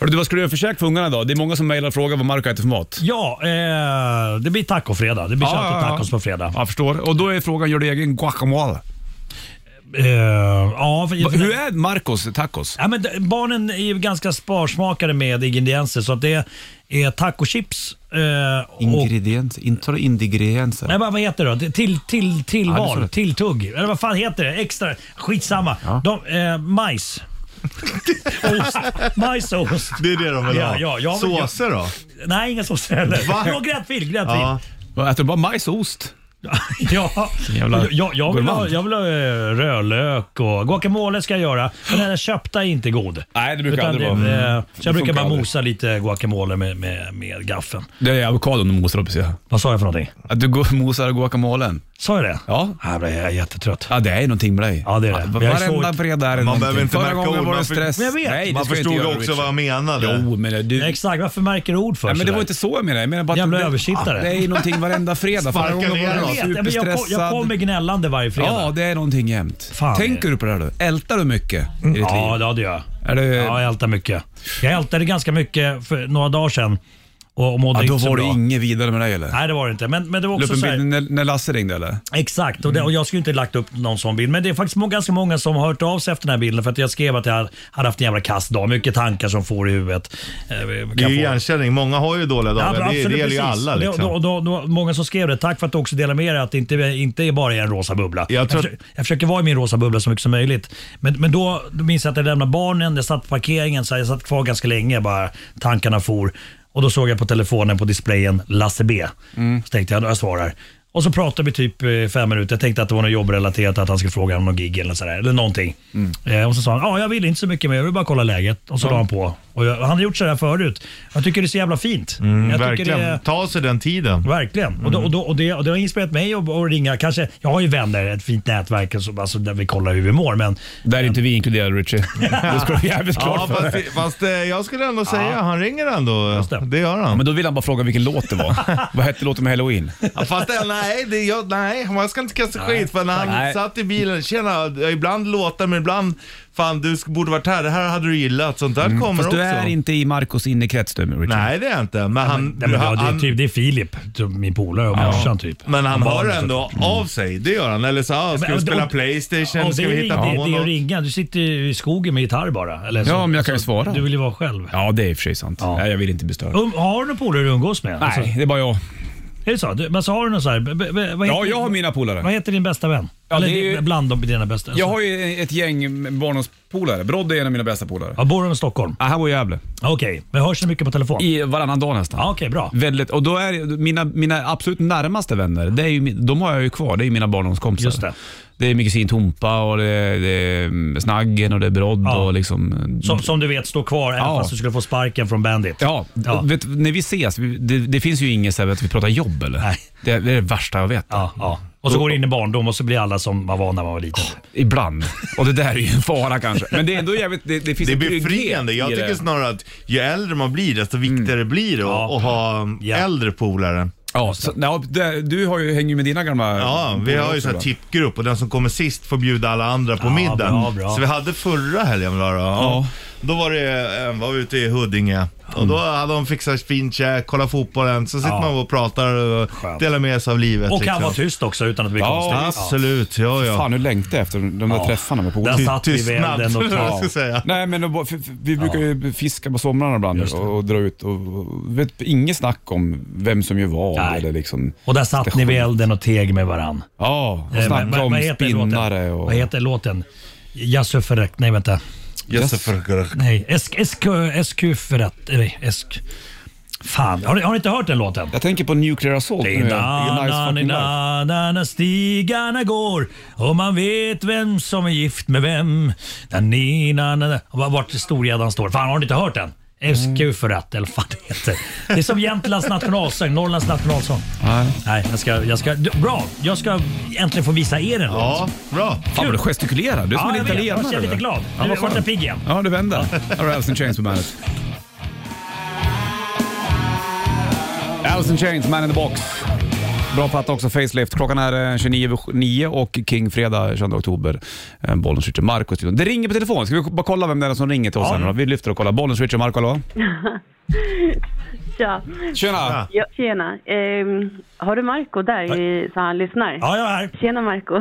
Hörru du, vad ska du göra för käk för ungarna idag? Det är många som mejlar och frågar vad Marco äter för mat.
Ja, eh, det blir tacofredag. Det blir
Ja,
kött
ja,
och
ja.
tacos på fredag.
Ja, Jag förstår. Och då är frågan, gör du egen guacamole?
Eh, ja, för,
Va- Hur är Marcos tacos?
Ja, men d- barnen är ju ganska sparsmakade med ingredienser så att det är tacochips eh, och
Ingredienser? Inte du ingredienser?
Nej, vad vad heter det då? Till, till,
Ja, det är
tillval,
så rätt.
tilltugg. Eller vad fan heter det? Extra? Skitsamma. De, eh,
(laughs)
majs. ost. Majs och ost.
Det är det de vill
Ja,
ha.
ja, ja, men jag-
Såser då?
Nej, inga såser heller.
Va?
Jo, gräddfil. Gräddfil.
Ja.
Äter du bara majs och ost?
(laughs) Ja,
jävla
jag, jag, jag, vill ha,
gourmand.
jag vill ha eh, rödlök och guacamole ska jag göra. Men den här köpta är inte god.
Nej, det brukar
Utan
aldrig
det-
vara.
eh,
Mm.
Så jag brukar
funkar
bara
aldrig.
mosa lite guacamole med, med, med gaffeln.
Det är avokadon du mosar upp ser jag.
Vad sa jag för någonting?
Att du går- mosar guacamolen.
Sa jag det?
Ja.
Jävlar, jag är jättetrött.
Ja, det är någonting med dig.
Ja, det är det. Vi har ju
Varenda
svårt-
fredag är det
Man
någonting.
behöver inte
Förra
märka
gången
ord,
var
man
det
får-
stress.
Men jag vet.
Nej, det
Man
ska jag inte
förstod
göra,
också
Richard.
vad jag menade.
Jo, men du...
Exakt, varför märker du ord för
Nej, men det
sådär?
var inte så jag menade. Jag menar bara att
Jävla
det-
översittare.
Det är ju
(laughs)
någonting varenda fredag. Förra
Sparka
gången var
ner
jag
någon.
Jag, vet, men jag, kom- jag kommer
superstressad.
gnällande varje
Ja,
fredag.
det är någonting jämt.
Fan,
Tänker
det-
du på det här då? Ältar du mycket i ditt
Ja,
liv?
ja det gör jag.
Är det-
Ja, jag ältar mycket. Jag ältade ganska mycket för några dagar sedan och och mådde
Ja, då
inte så
var det
bra.
inget vidare med dig eller?
Nej, det var det inte. Men, men det var
La upp
också
en
så här,
bild när, när Lasse ringde eller?
Exakt,
Mm.
och, det, och jag skulle inte lagt upp någon sån bild. Men det är faktiskt må- ganska många som har hört av sig efter den här bilden för att jag skrev att jag hade haft en jävla kass dag. Mycket tankar som får i huvudet. Eh, kan
Det är ju
få-
igenkänning. Många har ju dåliga
men
dagar. det, det
absolut,
gäller ju
precis.
alla liksom.
Det- och då, då, då, många som skrev det. Tack för att du också delar med dig att det inte, inte är bara är en rosa bubbla.
Jag tror att-
försöker, jag försöker vara i min rosa bubbla så mycket som möjligt. Men, men då, då minns jag att jag lämnade barnen, jag satt på parkeringen, så här, jag satt kvar ganska länge bara tankarna for. Och då såg jag på telefonen på displayen Lasse B.
Mm.
Så tänkte jag, jag svarar. Och så pratade vi typ eh, fem minuter. Jag tänkte att det var något jobbrelaterat, att han skulle fråga om
Mm.
någon gig eller, sådär, eller någonting. Eh, och så sa han, ja jag vill inte så mycket mer, jag vill bara kolla läget. Och så la han på. Och jag, han har gjort så här förut. Jag tycker det är så jävla fint.
Mm,
jag tycker
verkligen.
det är,
Ta Mm. sig den tiden.
Verkligen. Och, då, och, då, och, det, och det har inspirerat mig att, att ringa. Kanske, jag har ju vänner, ett fint nätverk och så, alltså, där vi kollar hur vi mår.
(laughs)
Men
Där är inte vi inkluderade Richie.
(laughs)
Det ska du ha jävligt
Ja,
klart för
fast,
dig.
det- fast eh, jag skulle ändå säga, han ringer ändå.
det.
Det. gör han.
Men då vill han bara fråga vilken låt
(laughs)
det var. Vad hette låten med halloween?
Ja, Fast eh, nej, det, jag, nej, man ska inte kasta skit för när han
Nej.
satt i bilen, tjena, ibland låtar men ibland, fan du sk- borde varit här, det här hade du gillat, sånt
Mm,
där kommer
Fast
också.
du är inte i Marcos innekrets du, Richie.
Nej det är jag inte, men han,
Nej, men ja,
han,
det, är typ, det är Filip, typ min polare och morsan typ.
men han
Och
har
barnen,
ändå av sig, det gör han. Eller så, ah, ska
Mm. Men-
vi
och-
spela
och-
Playstation,
och
ska
det är
vi
ju
hitta
ring- det,
på
det är ju
något?
ringa. Du sitter ju i skogen med gitarr bara. Eller så.
Ja, men jag kan ju
Så
svara.
Du vill ju vara själv.
Ja, det är i och för sig sant.
Ja.
Nej, jag vill inte bli störd.
Um, har du någon polare du umgås med? Alltså,
Nej, det är bara jag.
är det så? Du, men så har du någon så här, b- b- b- vad heter,
Ja, jag har mina
Vad
polare.
heter din bästa vän?
Ja,
Eller
det är ju-
din- bland de, dina bästa?
Jag har ju ett gäng barndomspolare. Brodde är en av mina bästa polare.
ja, bor de i Stockholm?
Ja, han bor i Gävle.
Okej, men hörs ni mycket på telefon?
I varannan dag nästan.
Ja, Okej, bra.
Väldigt, och då är det- mina, mina absolut närmaste vänner, det är ju, min- de har jag ju kvar. Det är ju mina barndomskompisar.
Just det.
det är min kusin Tompa och det är, det är mm, Snaggen och det är Brodd
Ja.
och liksom...
Som, som du vet står kvar även
Ja.
fast du skulle få sparken från Bandit.
Ja,
Ja.
Vet, när vi ses, vi- det, det finns ju inget så här att vi pratar jobb eller?
Nej.
Det, det är det värsta jag vet.
Ja, ja. Och så går det in i barndom och så blir alla som man var när man var liten.
Ibland. Och det där är ju en fara kanske. Men det är ändå jävligt... Det, det finns
Det är
en trygghet
befriande. Jag
i det.
tycker snarare att ju äldre man blir, desto viktigare blir det
Mm.
att
Ja.
att ha
Ja.
äldre polare.
Ja, så, ja, det, du har ju, hänger ju med dina gamla...
Ja, vi har ju så här
tips.
tippgrupp och den som kommer sist får bjuda alla andra på
Ja,
middag.
bra, bra.
Så vi hade förra helgen var det, ja. Då var, det, eh, var vi ute i Huddinge och då hade de fixat fint käk, kollat fotbollen, så sitter
Mm. Ja.
man och pratar och
Skönt.
delar med sig av livet.
Och kan
liksom.
vara tyst också utan att det blir
Ja,
konstigt.
Ja, absolut, ja ja.
Fan, nu längtar jag efter de där träffarna med polarna.
Där satt vi vid
tystnad,
elden och
tror jag
ja.
jag ska säga.
Nej, men då, för, för, vi brukar ju fiska på somrarna ibland
Just det.
och, och dra ut. Och, och, vet, inget snack om vem som gör vad.
Nej.
Eller liksom,
Och där satt ni vid elden och teg med varann.
ja, och
Eh,
snacka
men- men-
om
vad heter låten?
spinnare. Och,
Vad heter låten? Jaså förrätt. Nej, vänta.
Yes, för-
Nej, SK, SK, SQ förrätt. Nej, SK. Fan, har ni, har ni inte hört den låten?
jag tänker på Nuclear Assault nu. Nice fucking life.
När stigarna går och man vet vem som är gift med vem. Na, ni, na, na, na. Och var- Vart storgäddan står. Fan, har ni inte hört den?
Mm.
SQ för att, eller vad fan det heter. Det är som Jämtlands nationalsång, Norrlands nationalsång. Nej, jag ska, jag ska, du- bra, jag ska äntligen få visa er den.
Ja, bra.
Fan vad du gestikulerar. Du är som en
jag vet. Jag
italienare.
känner lite
du.
glad.
Ja,
Nu
vad
vart jag
skönt.
pigg igen.
Ja, du vänder. Alice in Chains på bandet. Alice in Chains, Man in the Box. Bra platta också, Facelift. Klockan är eh, 29 över sju- nio och King fredag 22 oktober. Eh, Bollen switcher Marco i studion. Det ringer på telefon. Ska vi bara kolla vem det är som ringer till oss? Här nu då? Vi lyfter och kollar. Bollen switcher Marco, hallå?
Tja.
Tjena!
Ja, tjena. Ehm, har du Marco där i, så han lyssnar?
Ja, jag är här.
Tjena Marco.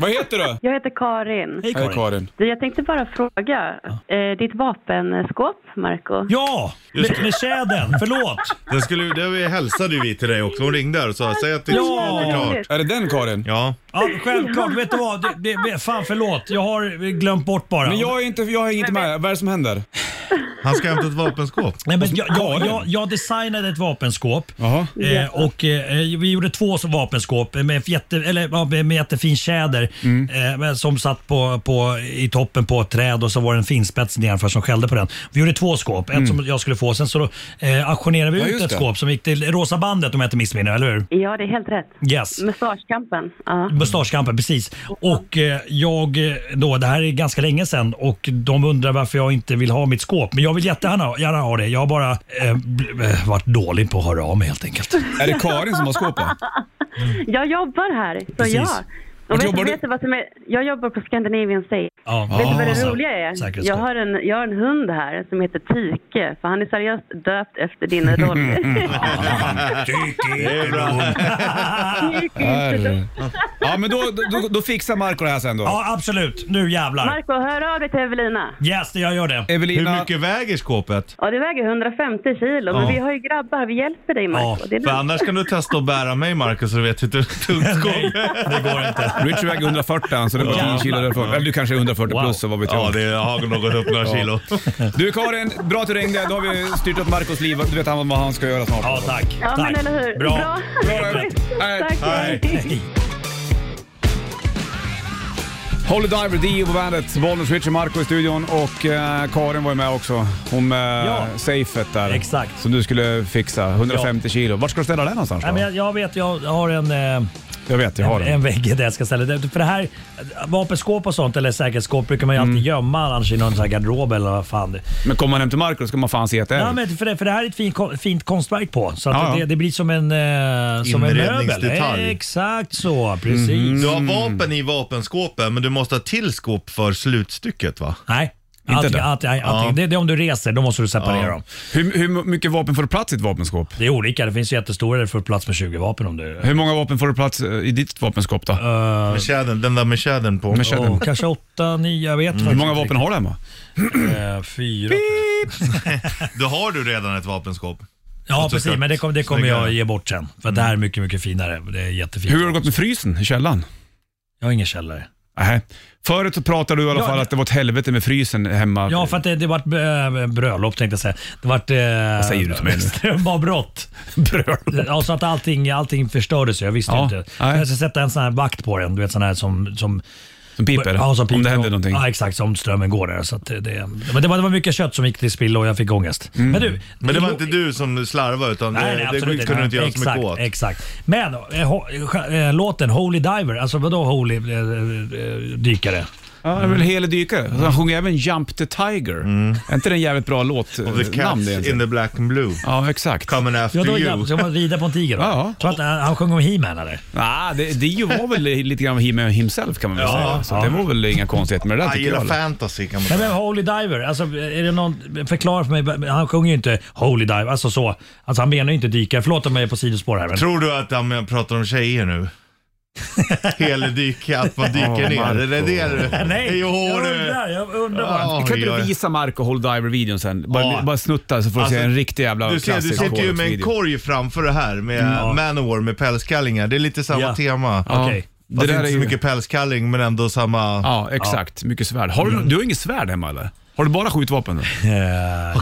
Vad heter du?
(laughs) Jag heter Karin.
Hej Karin.
Du, Jag tänkte bara fråga. Eh, ditt vapenskåp, Marco?
Ja,
Just
med tjädern. Förlåt.
Det, skulle, det hälsade ju vi till dig också. Hon ringde där och sa säg att det
Ja.
är klart.
Är det den Karin?
Ja.
Ja, självklart. Vet du vad? Det, det, fan förlåt. Jag har glömt bort bara.
Men jag är inte, jag hänger inte med. Vad är det som händer?
Han ska hämta ett vapenskåp.
Nej, men jag, jag, jag, jag designade ett vapenskåp
Jaha.
eh, och eh, vi gjorde två så- vapenskåp med, jätte, eller, ja, med med jättefin tjäder
Mm.
eh, men som satt på, på, i toppen på ett träd och så var det en finspets nedanför som skällde på den. Vi gjorde två skåp, ett som jag skulle få. Sen så eh, auktionerade vi
Mm. Ja,
ut
just
ett
det.
skåp som gick till Rosa bandet om jag inte missminner eller hur?
Ja, det är helt rätt.
Yes. Mm.
Mustaschkampen. Ja.
Mustaschkampen, precis. Och eh, jag eh, då, det här är ganska länge sedan och de undrar varför jag inte vill ha mitt skåp. Men jag vill jättegärna gärna ha det. Jag har bara eh, bl- eh, varit dålig på att höra av mig helt enkelt.
Är det Karin som har skåpet?
Jag jobbar här, så
Precis.
ja. Och vet,
jobbar du?
vet du vad som är, jag jobbar på Scandinavian Safe.
Ja. alltså,
Vet du vad det
Så-
roliga är?
säkerhetsskåp.
Jag har, en, jag har en hund här som heter Tike, för han är seriöst döpt efter din roll.
Det är bra.
Herre. Ja, men då, då, då fixar Marco det här sen då.
Ja, absolut. Nu jävlar.
Marco, hör av dig till Evelina.
Yes, jag gör det.
Evelina,
Hur mycket väger skåpet?
Ja, det väger 150 kilo, men
Ja.
vi har ju grabbar. Vi hjälper dig, Marco.
Ja,
det är
För
bra.
annars kan du testa att bära mig Marcus så du vet hur
(laughs)
tungt
Nej,
skåpet är.
det går inte.
Richard väger 140 han, så det var 10 kilo därifrån. Eller du kanske är 140
Wow.
plus, så vad vet
Ja,
jag.
det har något upp några kilo.
Du Karin, bra att du ringde. Då har vi styrt upp Marcos liv. Du vet han, vad han ska göra snart.
Ja, tack.
Ja,
tack.
men eller hur?
Bra.
Bra.
Bra.
(laughs) Tack.
Nej.
Tack.
Hej.
Holy Diver, Dio på bandet, Bollnäs, Richard, Marco i studion och eh, Karin var ju med också. Hon med eh, safet där.
Exakt.
Som du skulle fixa, 150 kilo. Vart ska du ställa den någonstans
Nej,
då?
men jag, jag vet, jag har en... Eh,
Jag vet, jag har
en,
den.
en vägg där jag ska ställa det. För det här, vapenskåp och sånt, eller säkerhetsskåp, brukar man ju
Mm.
alltid gömma annars i någon sån här garderob eller vad fan. det-
Men kommer man hem till Marco ska man fan se att det är.
Ja, men för, det, för det här är ett fint, kon- fint konstverk på, så att
Ja, ja.
Det, det blir som en, eh, som en möbel.
Inredningsdetalj.
Exakt så, precis.
Mm-hmm.
Du
Mm.
har vapen i vapenskåpen men du måste ha till skåp för slutstycket va?
Nej.
Inte
Antingen,
det.
antingen, antingen,
Ja.
det, det är om du reser, då måste du separera
Ja.
dem.
Hur, hur mycket vapen får du plats i ett vapenskåp?
Det är olika, det finns jättestora där du får plats med 20 vapen om du...
Hur många vapen får du plats eh, i ditt vapenskåp då?
Med tjädern, den där med tjädern på.
Med tjädern.
Eh, Åh, kanske 8, 9, jag vet
Mm. Hur många vapen har du hemma?
du? Fyra.
Då har du redan ett vapenskåp.
Ja,
Så
precis,
såklart.
men det kommer, det kommer jag
Snyggare.
ge bort sen. För det här är mycket, mycket finare. Det är jättefint.
Mm. Hur har det gått med frysen i källaren?
Jag har ingen källare.
Nej. Förut så pratade du i alla
Ja,
fall
det-
att det var ett helvete med frysen hemma.
Ja, för att det, det vart eh, bröllop tänkte jag säga. Det vart... eh,
Vad säger du till mig
(laughs)
nu?
Strömavbrott. bröllop? Ja, så att allting, allting förstördes. Jag visste
Ja,
inte.
nej.
Jag ska sätta en sån här vakt på den. Du vet sån här som... som
Som piper?
Ja, som piper.
Om det händer någonting?
Ja, exakt. Som strömmen går där. Så att det, det, men det var, det var mycket kött som gick till spillo och jag fick ångest.
Mm.
Men du.
Men det var inte du som slarvade utan
Nej, nej,
det, det
absolut
kunde du inte göra så
exakt,
mycket åt.
Exakt. Men eh, ho, eh, låten Holy Diver, alltså vadå Holy eh, eh, dykare?
Ja, det är väl hel dykare.
Mm.
Och Han sjunger även Jump the Tiger. Är inte det en jävligt bra låt? eh,
Mm. Och the
namn
cats
egentligen?
in the black and blue.
Ja, exakt.
Coming after
Ja, då,
you.
ska man rida på en tiger då?
Ja.
Tror att han, han sjöng om He-Man eller?
Ah, det, det ju var väl lite grann him himself kan man väl säga.
Ja,
Så det var väl inga konstigheter med det där
I
tycker
gillar
jag.
fantasy kan man
Nej,
säga.
men Holy Diver, alltså, är det någon, förklara för mig. Han sjunger ju inte Holy Diver, alltså så. Alltså, han menar ju inte dykare. Förlåt om jag är på sidospår här. Men...
Tror du att han pratar om
(laughs)
tjejer nu? Heldyka, att man dyker
Åh,
ner. Är det det
(laughs)
du?
Nej,
Jo,
jag
du.
undrar, jag undrar bara.
Ja,
Kan
oj,
inte du
oj.
visa Marco Hold Diver-videon sen? Bara,
Ja.
bara snutta så får du se
Alltså,
en riktig jävla
Du, ser, du
klassisk
sitter ju med en
Call-up-video.
korg framför det här med Manowar med pälskallingar. Det är lite samma
Ja.
tema.
Ja.
Okej.
Det
Fast
där
inte
är
så
ju...
mycket pälskalling men ändå samma...
Ja, exakt. Mycket svärd. Har du, du har inget svärd hemma eller? Har du bara skjutvapen? då?
Eh,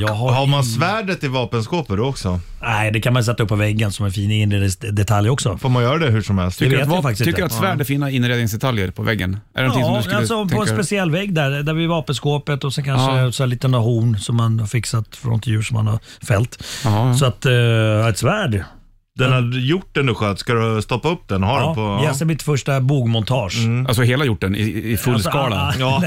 jag har...
Har man svärdet i vapenskåpet då också?
Nej, det kan man sätta upp på väggen som en fin inredningsdetalj också.
Får man göra det hur som helst?
Det
Tycker
vet
du att,
jag
vap-
faktiskt
tycker du att
inte.
svärd är fina inredningsdetaljer på väggen? Är det någonting som
Ja,
du skulle
alltså på
tänka...
en speciell vägg där, där vid vapenskåpet och sen kanske
Ja.
så här lite några horn som man har fixat från ett djur som man har fällt.
Ja, ja.
Så att, eh, ett svärd.
Den har gjort den du sköt, ska du stoppa upp den? Har den på...
Ja, yes, det är mitt första bogmontage.
Alltså hela hjorten i, i full skala?
Alltså, ah, ah,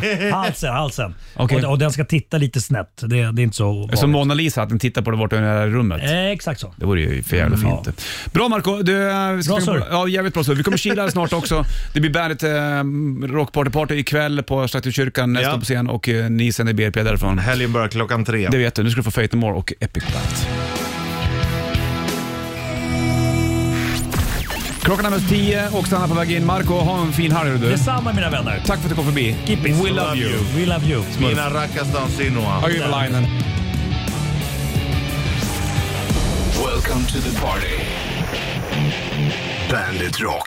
(laughs) nej, halsen, halsen.
Okej.
Och, och den ska titta lite snett. Det, det är inte så vanligt.
Som Mona Lisa, att den tittar på det borta i det här rummet.
ah. eh, Exakt så.
Det vore ju för jävla fint. Bra Marco du, eh, vi ska
Bra
tänka på-
surr.
Ja, jävligt bra surr. Vi kommer kila snart också. Det blir bandet eh, Rockparty Party ikväll på Slakterkyrkan, nästa
Ja.
på scen och eh, ni sänder BRP därifrån.
Helgen börjar klockan tre.
Det vet du. Nu ska du få Fate No More och Epic Plant. Klockan är närmast tio och stannar på väg in. Marco, ha en fin helg du.
Detsamma mina vänner.
Tack för att du kom förbi.
Keep it.
We love you.
We love you.
Mina rackastans sinua.
Överlinen.
Welcome to the party. Bandit Rock.